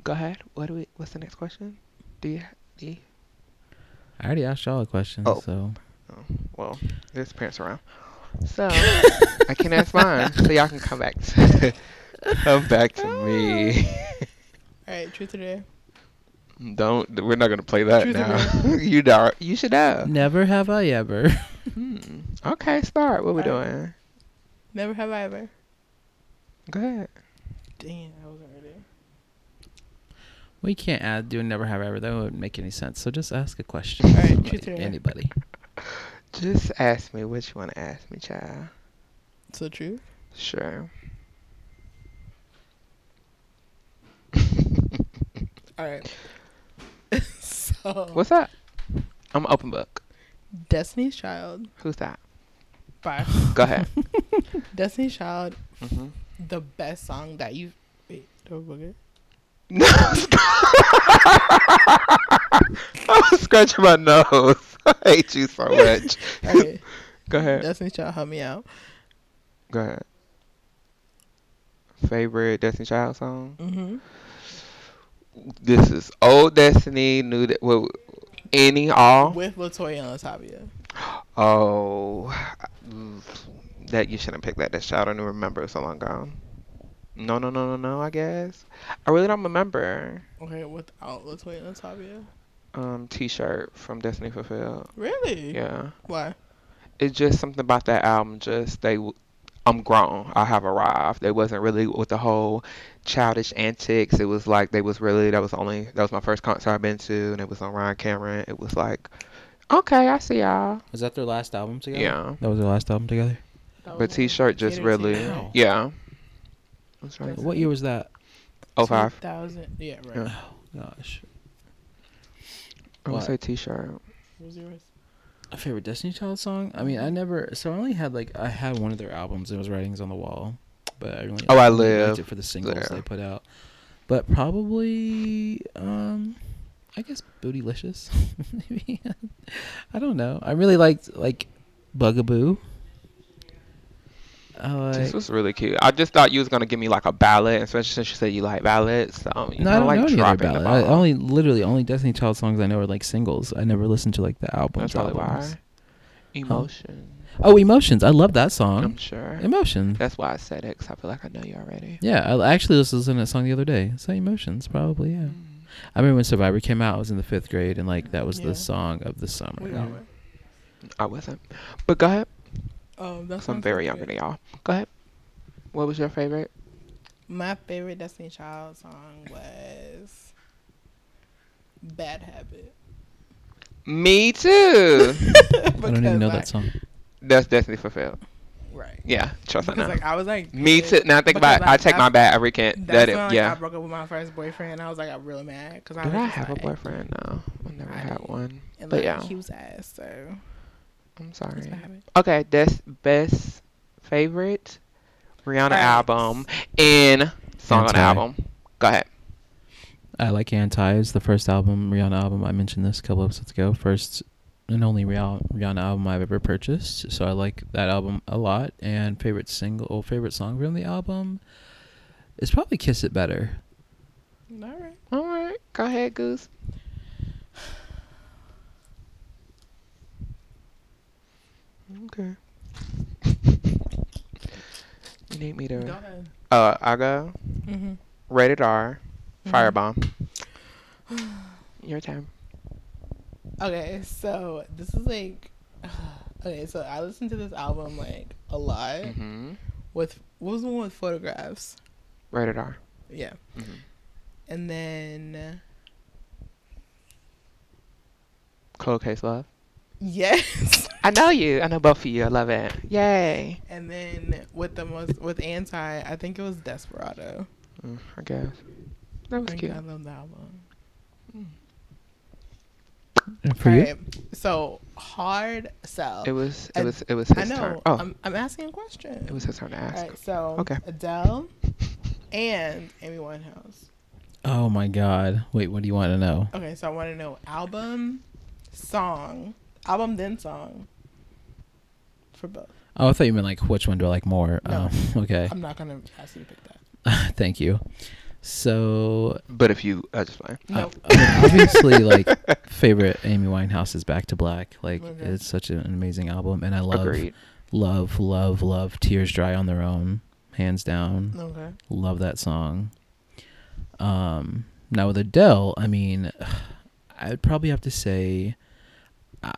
Speaker 3: Go ahead. What do we? What's the next question? Do you? Do you
Speaker 2: I already asked y'all a question,
Speaker 3: Oh.
Speaker 2: so
Speaker 3: well, there's parents around, so I can ask mine. So y'all can come back. To, come back to me.
Speaker 1: Alright, truth or dare.
Speaker 3: Don't. We're not gonna play that
Speaker 1: Truth or
Speaker 3: now. you know. You should know.
Speaker 2: never have I ever.
Speaker 3: Hmm. Okay. Start. What we
Speaker 1: All right.
Speaker 3: doing?
Speaker 1: Never have I ever.
Speaker 3: Go ahead.
Speaker 1: Damn, I was already.
Speaker 2: We can't add do never have ever. That wouldn't make any sense. So just ask a question.
Speaker 1: All right,
Speaker 2: Somebody-
Speaker 1: shoot it.
Speaker 2: anybody.
Speaker 3: Just ask me what you wanna ask me, child.
Speaker 1: So true.
Speaker 3: Sure.
Speaker 1: Alright. so
Speaker 3: What's up? I'm open book.
Speaker 1: Destiny's Child.
Speaker 3: Who's that?
Speaker 1: Bye.
Speaker 3: Go ahead.
Speaker 1: Destiny's Child,
Speaker 3: mm-hmm.
Speaker 1: the best song that you've wait, no booger.
Speaker 3: No, I'm scratching my nose. I hate you so much.
Speaker 1: Alright.
Speaker 3: Go ahead.
Speaker 1: Destiny's Child, help me out.
Speaker 3: Go ahead. Favorite Destiny Child song?
Speaker 1: Mm-hmm.
Speaker 3: This is old Destiny, new. De- well, any all?
Speaker 1: With Latoya and Latavia.
Speaker 3: Oh, that you shouldn't pick that. That child. I don't even remember. It was so long ago. No, no, no, no, no. I guess I really don't remember.
Speaker 1: Okay, without Latoya and Latavia.
Speaker 3: um t-shirt from Destiny Fulfilled.
Speaker 1: Really?
Speaker 3: Yeah.
Speaker 1: Why?
Speaker 3: It's just something about that album just they w- I'm grown. I have arrived. They wasn't really with the whole childish antics. It was like they was really that was the only that was my first concert I've been to and it was on Ryan Cameron. It was like okay, I see y'all.
Speaker 2: Was that their last album together?
Speaker 3: Yeah.
Speaker 2: That was their last album together.
Speaker 1: That
Speaker 3: But
Speaker 1: was when
Speaker 3: t-shirt just
Speaker 1: Gator
Speaker 3: really
Speaker 1: T,
Speaker 2: Wow.
Speaker 1: right?
Speaker 3: yeah. That's right.
Speaker 2: What year was that?
Speaker 3: Oh five.
Speaker 1: 2000. Yeah, right.
Speaker 3: Yeah.
Speaker 2: Gosh.
Speaker 3: I would
Speaker 2: What?
Speaker 3: say t-shirt.
Speaker 1: What was yours?
Speaker 2: A favorite Destiny Child song? I mean, I never. So I only had like I had one of their albums. It was Writings on the Wall, but I really
Speaker 3: Oh, I
Speaker 2: only liked
Speaker 3: Live.
Speaker 2: it for the singles
Speaker 3: Yeah.
Speaker 2: they put out. But probably, um, I guess Bootylicious. Maybe I don't know. I really liked like Bugaboo. Uh, I
Speaker 3: This
Speaker 2: like,
Speaker 3: was really cute. I just thought you was gonna give me like a ballad, especially since you said you like ballads. So you
Speaker 2: no, I don't
Speaker 3: like
Speaker 2: know any other
Speaker 3: dropping the
Speaker 2: ballad. I
Speaker 3: ball.
Speaker 2: only literally only Destiny Child songs I know are like singles. I never listened to like the albums.
Speaker 3: That's probably
Speaker 2: albums.
Speaker 3: why. Emotion.
Speaker 2: Oh, emotions. I love that song.
Speaker 3: I'm sure.
Speaker 2: Emotion.
Speaker 3: That's why I said it, 'cause I feel like I know you already.
Speaker 2: Yeah, I actually was listening to that song the other day. So emotions, probably. Yeah. I remember when Survivor came out. I was in the fifth grade, and like that was
Speaker 1: Yeah.
Speaker 2: the song of the
Speaker 1: We
Speaker 2: summer.
Speaker 1: got it.
Speaker 3: I wasn't. But go ahead,
Speaker 1: Um, that's
Speaker 3: 'cause I'm very younger than y'all. Go ahead. What was your favorite?
Speaker 1: My favorite Destiny Child song was "Bad Habit."
Speaker 3: Me too.
Speaker 2: I don't even know that song.
Speaker 3: That's Destiny Fulfilled.
Speaker 1: Right.
Speaker 3: Yeah, trust
Speaker 1: Because
Speaker 3: I know.
Speaker 1: like I was like
Speaker 3: Me
Speaker 1: good.
Speaker 3: too. Now I think
Speaker 1: Because,
Speaker 3: about it. I
Speaker 1: like,
Speaker 3: take
Speaker 1: I-
Speaker 3: my bad. I recant.
Speaker 1: That's
Speaker 3: That it.
Speaker 1: when like, I
Speaker 3: yeah.
Speaker 1: broke up with my first boyfriend. and I was like, I'm really mad because I was
Speaker 3: Did I
Speaker 1: just,
Speaker 3: have a
Speaker 1: like-
Speaker 3: boyfriend? No, I never
Speaker 1: I
Speaker 3: had
Speaker 1: did.
Speaker 3: one.
Speaker 1: And,
Speaker 3: But
Speaker 1: like,
Speaker 3: yeah.
Speaker 1: he was ass. So
Speaker 3: I'm
Speaker 1: that's
Speaker 3: sorry.
Speaker 1: what happened.
Speaker 3: Okay, that's best favorite Rihanna
Speaker 1: Alright.
Speaker 3: album and song on the
Speaker 2: Anti.
Speaker 3: album. Go ahead.
Speaker 2: uh, I like Anti. It's the first album, Rihanna album. I mentioned this a couple episodes ago. First and only Rih- Rihanna album I've ever purchased. So I like that album a lot. And favorite single, or favorite song from the album is probably "Kiss It Better."
Speaker 1: All right.
Speaker 3: All right, go ahead, Goose. Okay. you need me
Speaker 1: Go
Speaker 3: to?
Speaker 1: ahead.
Speaker 3: Uh, I go
Speaker 1: Mm-hmm.
Speaker 3: rated R,
Speaker 1: Mhm.
Speaker 3: firebomb. Mm-hmm. Your time.
Speaker 1: Okay, so this is like. Okay, so I listened to this album like a lot
Speaker 3: Mm-hmm.
Speaker 1: with what was the one with photographs?
Speaker 3: Rated R.
Speaker 1: Yeah.
Speaker 3: Mhm.
Speaker 1: And then
Speaker 3: Cold case love.
Speaker 1: yes,
Speaker 3: I know you. I know both of you. I love it. Yay.
Speaker 1: and then with the most with anti, I think it was Desperado.
Speaker 3: Mm, I guess that was
Speaker 1: Like,
Speaker 3: cute.
Speaker 1: I love the album.
Speaker 2: And for you,
Speaker 1: Alright, So hard sell.
Speaker 3: It was. It
Speaker 1: I-
Speaker 3: was. It was
Speaker 1: I
Speaker 3: his turn.
Speaker 1: know.
Speaker 3: Oh,
Speaker 1: I'm, I'm asking a question.
Speaker 3: it was his turn to ask.
Speaker 1: All right, so
Speaker 3: Okay.
Speaker 1: Adele and Amy Winehouse.
Speaker 2: oh my God! Wait, what do you want to know?
Speaker 1: Okay, so I want to know album, song, album then song for both.
Speaker 2: Oh, I thought you meant like which one do I like more?
Speaker 1: No.
Speaker 2: Oh, okay,
Speaker 1: I'm not gonna ask you to pick that.
Speaker 2: thank you. So uh,
Speaker 3: But if you, I just fine.
Speaker 1: No,
Speaker 2: I mean, obviously, like favorite Amy Winehouse is Back to Black. Like
Speaker 1: Okay.
Speaker 2: it's such an amazing album, and I love,
Speaker 3: Agreed.
Speaker 2: love, love, love. Tears dry on their own, hands down.
Speaker 1: okay.
Speaker 2: Love that song. Um, now with Adele, I mean, I'd probably have to say, I,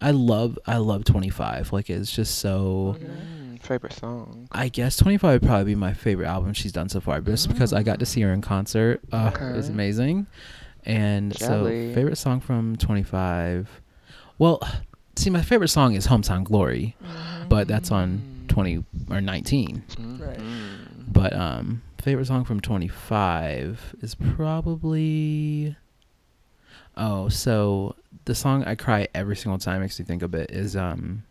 Speaker 2: I love, I love Twenty Five. Like it's just so.
Speaker 3: Mm, favorite song.
Speaker 2: I guess 25 would probably be my favorite album she's done so far, just because I got to see her in concert. Uh, It was
Speaker 3: Okay.
Speaker 2: amazing. And
Speaker 3: Jelly.
Speaker 2: so, favorite song from 25. Well, see, my favorite song is Hometown Glory,
Speaker 1: Mm-hmm.
Speaker 2: but that's on 20 or 19.
Speaker 1: Right.
Speaker 3: Mm.
Speaker 2: But um, favorite song from 25 is probably. Oh, so the song I cry every single time makes me think of it is um,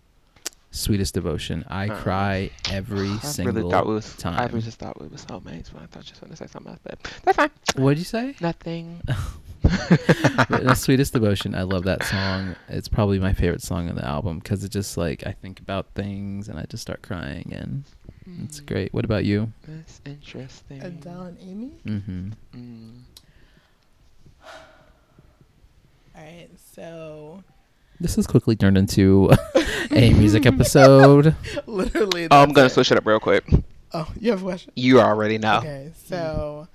Speaker 2: "Sweetest Devotion." I
Speaker 3: Oh.
Speaker 2: cry every
Speaker 3: I
Speaker 2: single.
Speaker 3: really thought we was. I
Speaker 2: time.
Speaker 3: really just thought we were soulmates when I thought you was going to say something else, but that's fine.
Speaker 2: What'd you say?
Speaker 3: Nothing.
Speaker 2: But the sweetest devotion. I love that song. It's probably my favorite song on the album because it just like I think about things and I just start crying and it's
Speaker 3: Mm,
Speaker 2: great. What about you?
Speaker 3: That's interesting.
Speaker 1: Adele and Amy.
Speaker 2: Mm-hmm.
Speaker 3: Mm.
Speaker 1: All right, so
Speaker 2: This has quickly turned into a music episode.
Speaker 1: literally.
Speaker 3: Oh, I'm
Speaker 1: that's
Speaker 3: gonna
Speaker 1: it.
Speaker 3: switch it up real quick.
Speaker 1: Oh, you have a question.
Speaker 3: You already know.
Speaker 1: Okay, so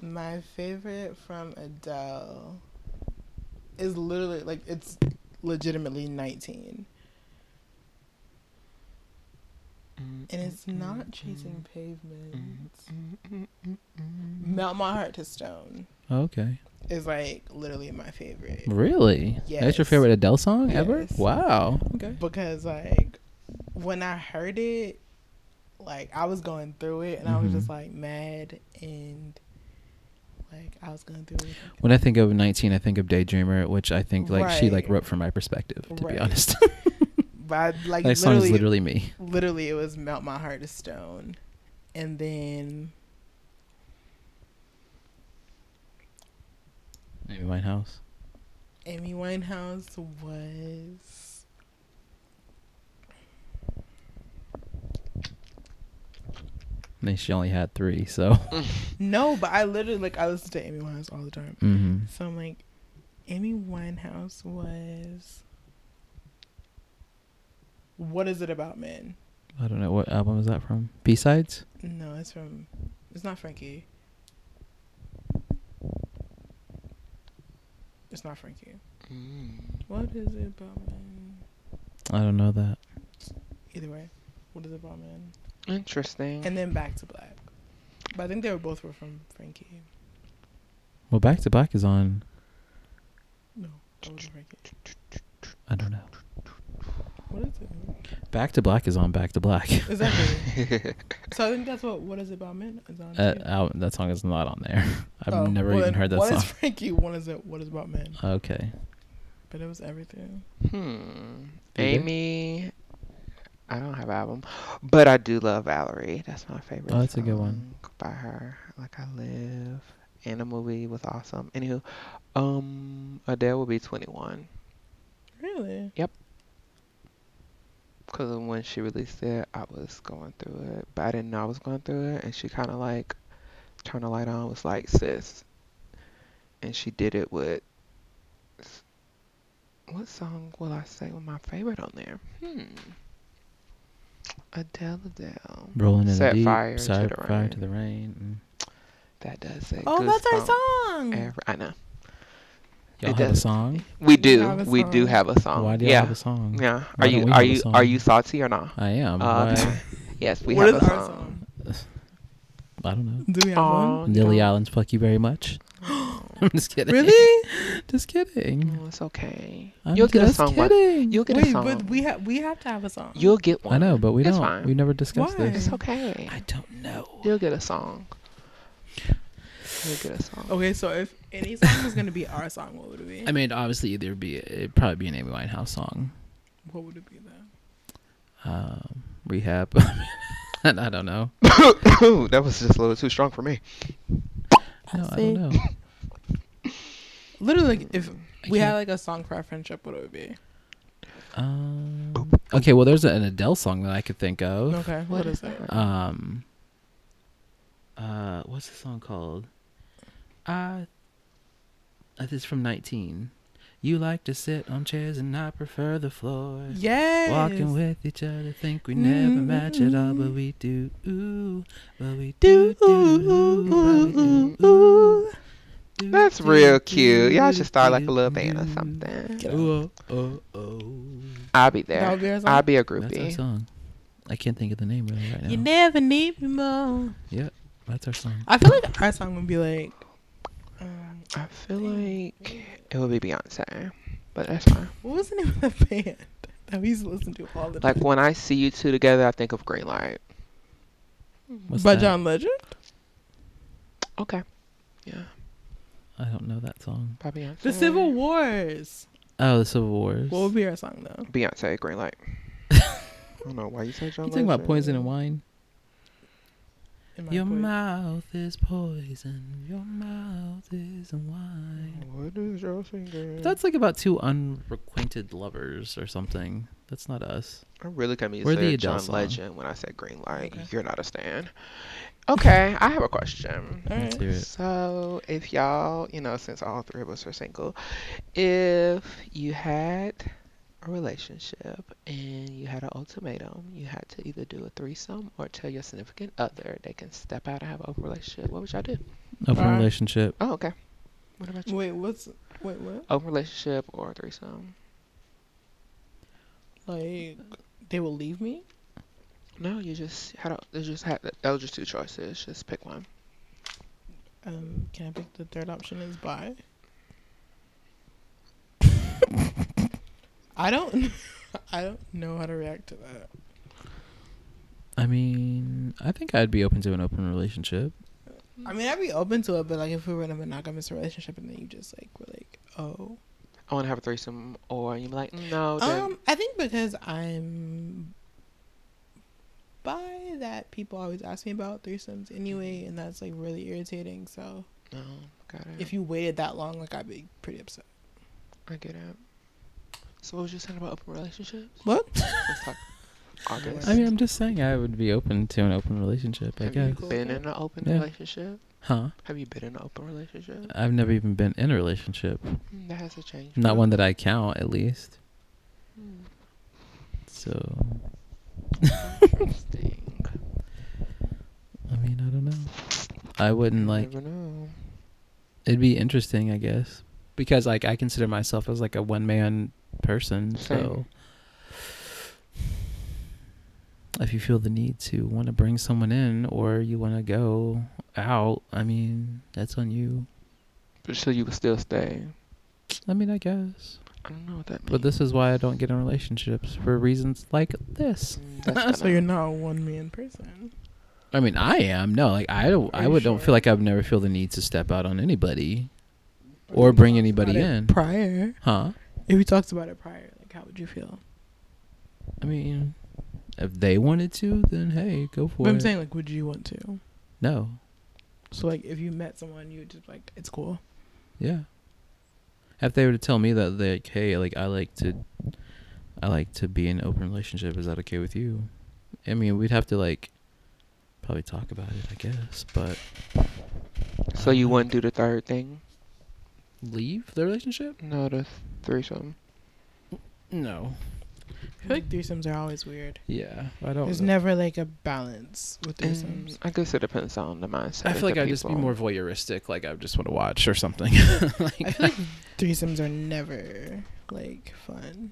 Speaker 1: my favorite from Adele is literally like it's legitimately 19, and it's
Speaker 2: Mm-hmm.
Speaker 1: not Mm-hmm. chasing pavement.
Speaker 3: Mm-hmm.
Speaker 2: Mm-hmm.
Speaker 1: Melt my heart to stone
Speaker 2: Okay.
Speaker 1: is like literally my favorite
Speaker 2: Really? That's your
Speaker 1: Yes.
Speaker 2: favorite Adele song ever?
Speaker 1: Yes.
Speaker 2: Wow. Okay.
Speaker 1: because like when I heard it, like I was going through it and I was
Speaker 2: Mhm.
Speaker 1: just like mad and like I was going through it.
Speaker 2: When I think of 19, I think of Daydreamer, which I think like she like
Speaker 1: Right.
Speaker 2: wrote from my perspective. To
Speaker 1: Right.
Speaker 2: be honest,
Speaker 1: But I, like
Speaker 2: that song is
Speaker 1: literally
Speaker 2: literally me.
Speaker 1: literally it was melt my heart to stone and then
Speaker 2: Amy Winehouse.
Speaker 1: amy winehouse was
Speaker 2: I mean, she only had three, so.
Speaker 1: no but i literally like i listen to amy winehouse all the time
Speaker 2: Mm-hmm.
Speaker 1: so i'm like amy winehouse was What is it about men?
Speaker 2: I don't know what album is that from. B sides.
Speaker 1: No, it's from. It's not Frankie. It's not Frankie.
Speaker 3: Mm.
Speaker 1: What is it about men?
Speaker 2: I don't know that.
Speaker 1: Either way, what is it about men?
Speaker 3: Interesting.
Speaker 1: And then Back to Black. But I think they were both were from Frankie.
Speaker 2: Well, Back to Black is on.
Speaker 1: No, that wasn't Frankie.
Speaker 2: I don't know.
Speaker 1: What is it?
Speaker 2: Back to Black is on Back to Black.
Speaker 1: Exactly. so I think that's what What is it about men is on.
Speaker 2: Uh,
Speaker 1: too.
Speaker 2: out- that song is not on there. I've
Speaker 1: Oh,
Speaker 2: never
Speaker 1: well,
Speaker 2: even
Speaker 1: then
Speaker 2: heard that
Speaker 1: One
Speaker 2: song.
Speaker 1: is Frankie. One is it. What is about men?
Speaker 2: Okay.
Speaker 1: But it was everything.
Speaker 3: Hmm.
Speaker 2: do?
Speaker 3: Amy. I don't have an album, but I do love Valerie. That's my favorite.
Speaker 2: Oh, that's a good one.
Speaker 3: song By her, like I live. And the movie was awesome. Anywho, um, Adele will be 21
Speaker 1: Really?
Speaker 3: because when she released it, I was going through it, but I didn't know I was going through it. And she kind of like turned the light on, was like, "Sis," and she did it with. What song will I say was my favorite on there? Hmm. Adele, Adele.
Speaker 2: Rolling in
Speaker 3: Set
Speaker 2: the deep.
Speaker 3: fire to
Speaker 2: set
Speaker 3: the
Speaker 2: fire
Speaker 3: rain.
Speaker 2: to the rain.
Speaker 3: That does it.
Speaker 1: Oh, that's our
Speaker 3: Goosebumps.
Speaker 1: song.
Speaker 3: Every- I know.
Speaker 2: Mm. Y'all
Speaker 3: It
Speaker 2: have a
Speaker 3: does.
Speaker 2: song.
Speaker 3: We
Speaker 1: have
Speaker 3: do.
Speaker 1: a
Speaker 3: We do
Speaker 1: song.
Speaker 3: have a song.
Speaker 2: Why do y'all
Speaker 3: yeah.
Speaker 2: have a song? Why
Speaker 3: Yeah. Are
Speaker 2: don't we
Speaker 3: you
Speaker 2: have
Speaker 3: are
Speaker 2: a
Speaker 3: you
Speaker 2: song?
Speaker 3: are you salty or not?
Speaker 2: I am.
Speaker 3: Uh,
Speaker 2: Why-
Speaker 3: Yes, we
Speaker 1: What
Speaker 3: have
Speaker 1: is
Speaker 3: a
Speaker 1: our
Speaker 3: song. Um,
Speaker 1: song?
Speaker 2: I don't know.
Speaker 1: Do we have
Speaker 3: Aw,
Speaker 1: one?
Speaker 2: Lily
Speaker 3: no.
Speaker 2: Allen's "Fuck You Very Much." I'm just kidding.
Speaker 1: Really?
Speaker 2: Just kidding.
Speaker 3: No, Oh, it's okay.
Speaker 2: I'm
Speaker 3: You'll get a
Speaker 2: just
Speaker 3: song one.
Speaker 2: kidding.
Speaker 3: You'll get a
Speaker 1: Wait,
Speaker 3: song.
Speaker 1: but we have we have to have a song.
Speaker 3: You'll get one.
Speaker 2: I know, but we
Speaker 3: It's
Speaker 2: don't.
Speaker 3: fine.
Speaker 2: We've never discussed
Speaker 1: Why?
Speaker 2: this.
Speaker 3: It's okay.
Speaker 2: I don't know.
Speaker 3: You'll get a song. You'll get a song.
Speaker 1: okay, so if any song was gonna be our song, what would it be?
Speaker 2: I mean, obviously, it'd either be it'd probably be an Amy Winehouse song,
Speaker 1: what would it be then?
Speaker 2: um, Rehab. And I don't know.
Speaker 3: Oh, that was just a little too strong for me.
Speaker 2: No, I don't know.
Speaker 1: Literally, like, if
Speaker 2: I
Speaker 1: we had
Speaker 2: can't-
Speaker 1: like a song for our friendship, what would it be?
Speaker 2: Um, okay, well, there's an Adele song that I could think of.
Speaker 1: Okay,
Speaker 3: What
Speaker 1: what is
Speaker 3: is
Speaker 1: it?
Speaker 3: that?
Speaker 2: Um, uh, what's the song called? Uh, this is from 19. You like to sit on chairs and I prefer the floor.
Speaker 1: Yes.
Speaker 2: Walking with each other, think we never match at all,
Speaker 3: Mm-hmm.
Speaker 2: but
Speaker 1: Mm.
Speaker 2: we do. Ooh, but we do.
Speaker 1: Do,
Speaker 2: do, do, but we do, ooh, do,
Speaker 3: That's
Speaker 2: do,
Speaker 3: real
Speaker 2: do,
Speaker 3: cute. Y'all
Speaker 2: do,
Speaker 3: should start like a
Speaker 2: do,
Speaker 3: little band or
Speaker 2: do.
Speaker 3: something.
Speaker 1: Get out.
Speaker 2: Ooh, oh, oh, oh.
Speaker 3: I'll be
Speaker 1: That would be
Speaker 3: there.
Speaker 1: our song.
Speaker 3: I'll be a
Speaker 2: That's our
Speaker 3: groupie.
Speaker 2: song. I can't think of the name really right now.
Speaker 1: you never need me more.
Speaker 2: That's our song.
Speaker 1: I feel like our song would be like. Um,
Speaker 3: I feel like it would be Beyonce, but that's fine.
Speaker 1: what was the name of that band that we used to listen to all the time?
Speaker 3: Like when I see you two together, I think of Green Light.
Speaker 2: What's
Speaker 1: By
Speaker 2: that?
Speaker 1: John Legend?
Speaker 3: Okay. Yeah,
Speaker 2: I don't know that song.
Speaker 3: by Beyonce.
Speaker 1: The Civil Wars.
Speaker 2: Oh, the Civil Wars.
Speaker 1: Mm. What would be our song though?
Speaker 3: Beyonce, Green Light. I don't know why you said John.
Speaker 2: you talking about
Speaker 3: Legend.
Speaker 2: poison and wine?
Speaker 1: In
Speaker 2: your
Speaker 1: voice.
Speaker 2: mouth is poison. Your mouth is wine.
Speaker 3: What is your finger?
Speaker 2: That's like about two unrequited lovers or something. That's not us.
Speaker 3: I really can't
Speaker 2: We're
Speaker 3: use
Speaker 2: the
Speaker 3: the
Speaker 2: Adele
Speaker 3: John
Speaker 2: song.
Speaker 3: Legend when I said green light.
Speaker 1: Okay.
Speaker 3: You're not a stan. Okay, I have a question.
Speaker 1: All
Speaker 2: Let's hear
Speaker 1: right.
Speaker 2: it.
Speaker 3: So, if y'all, you know, since all three of us are single, if you had a relationship and you had an ultimatum, you had to either do a threesome or tell your significant other they can step out and have an open relationship, what would y'all do?
Speaker 2: Open
Speaker 1: Alright.
Speaker 2: relationship.
Speaker 3: Oh, okay. What about you?
Speaker 1: Wait, what's wait what?
Speaker 3: Open relationship or threesome?
Speaker 1: Like they will leave me?
Speaker 3: No, you just had a, they just had that was just two choices. Just pick one.
Speaker 1: Um, can I pick the third option is bye? I don't I don't know how to react to that.
Speaker 2: I mean, I think I'd be open to an open relationship.
Speaker 1: I mean I'd be open to it, but like if we were in a monogamous relationship and then you just like were like, oh
Speaker 3: I want to have a threesome, or you be like, no, then
Speaker 1: Um, I think because I'm by that people always ask me about threesomes anyway, and that's like really irritating. So
Speaker 3: no, got it.
Speaker 1: if you waited that long, like I'd be pretty upset.
Speaker 3: I get it. So what was you saying about open relationships?
Speaker 1: What?
Speaker 3: Let's talk August.
Speaker 2: I mean, I'm just saying I would be open to an open relationship, I
Speaker 3: have
Speaker 2: guess.
Speaker 3: you been in an open
Speaker 2: Yeah. Uh,
Speaker 3: relationship?
Speaker 2: Huh?
Speaker 3: Have you been in an open relationship? Hmm,
Speaker 2: I've never even been in a relationship.
Speaker 3: Mm, That has to change.
Speaker 2: Not
Speaker 3: for Hmm,
Speaker 2: one that I count, at least. So,
Speaker 3: Interesting.
Speaker 2: I mean, I don't know. I wouldn't like.
Speaker 3: Never know.
Speaker 2: It'd be interesting, I guess, because like I consider myself as like a one man person. So, if you feel the need to want to bring someone in or you want to go out, I mean, that's on you.
Speaker 3: But so you would still stay.
Speaker 2: I mean, I guess.
Speaker 3: I don't know what that means.
Speaker 2: But this is why I don't get in relationships for reasons like this.
Speaker 3: Mm,
Speaker 1: That's
Speaker 3: that's
Speaker 1: so you're
Speaker 3: kinda-
Speaker 1: not a one man person.
Speaker 2: I mean, I am no like I don't.
Speaker 1: Are
Speaker 2: I
Speaker 1: you
Speaker 2: would don't
Speaker 1: sure?
Speaker 2: feel like I've never feel the need to step out on anybody or bring anybody
Speaker 1: About it
Speaker 2: in,
Speaker 1: prior.
Speaker 2: huh?
Speaker 1: If we talked about it prior, like how would you feel?
Speaker 2: I mean, if they wanted to, then hey, go for
Speaker 1: But
Speaker 2: it.
Speaker 1: I'm saying like, would you want to?
Speaker 2: no,
Speaker 1: So like, if you met someone, you would just like, it's cool.
Speaker 2: yeah. If they were to tell me that, like, hey, like I like to, I like to be in an open relationship. Is that okay with you? I mean, we'd have to like probably talk about it, I guess. But
Speaker 3: So you wouldn't do the third thing?
Speaker 2: leave the relationship?
Speaker 3: No, the threesome.
Speaker 2: No.
Speaker 1: I feel like threesomes are always weird.
Speaker 2: Yeah, I don't.
Speaker 1: There's
Speaker 2: know.
Speaker 1: never like a balance with threesomes.
Speaker 3: Mm, I guess it depends on the mindset.
Speaker 2: I
Speaker 3: of
Speaker 2: feel like
Speaker 3: the
Speaker 2: I'd just be
Speaker 3: people.
Speaker 2: more voyeuristic. Like I would just want to watch or something.
Speaker 1: I
Speaker 2: like,
Speaker 1: feel like threesomes are never like fun.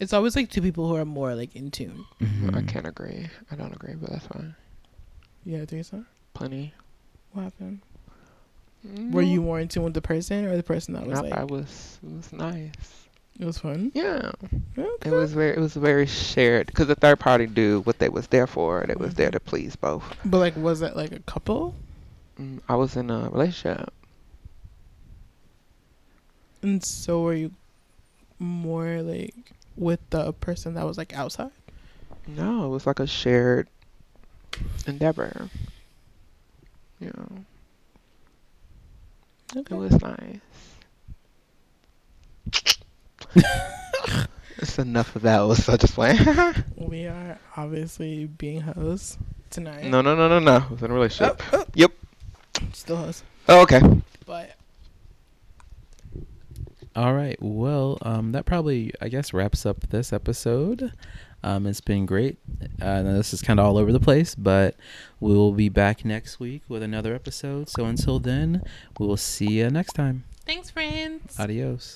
Speaker 1: It's always like two people who are more like in tune.
Speaker 3: Mm, I
Speaker 2: Mhm.
Speaker 3: can't agree. I don't agree, but that's fine.
Speaker 1: You had a threesome?
Speaker 3: Plenty.
Speaker 1: What happened? Were you more in tune with the person or the person that was
Speaker 3: Nope,
Speaker 1: like
Speaker 3: I was. It was nice.
Speaker 1: it was fun?
Speaker 3: Yeah.
Speaker 1: Okay.
Speaker 3: It was very. It was very shared because the third party knew what they was there for, and it was there
Speaker 1: Mhm.
Speaker 3: to please both.
Speaker 1: But like was that like a couple?
Speaker 3: Mm, I was in a relationship.
Speaker 1: And so were you more like with the person that was like outside?
Speaker 3: No, it was like a shared endeavor. Yeah, it
Speaker 1: Okay.
Speaker 3: was nice. it's enough of those. I just went.
Speaker 1: We are obviously being hosts tonight.
Speaker 3: no, no, no, no, no. It was in a
Speaker 1: Oh,
Speaker 3: relationship.
Speaker 1: oh.
Speaker 3: Yep.
Speaker 1: Still hosts.
Speaker 3: Oh, okay.
Speaker 1: But
Speaker 2: All right. Well, um, that probably, I guess, wraps up this episode. Um, it's been great. Uh, I know this is kind of all over the place, but we will be back next week with another episode. So until then, we will see you next time.
Speaker 1: thanks friends.
Speaker 2: Adios.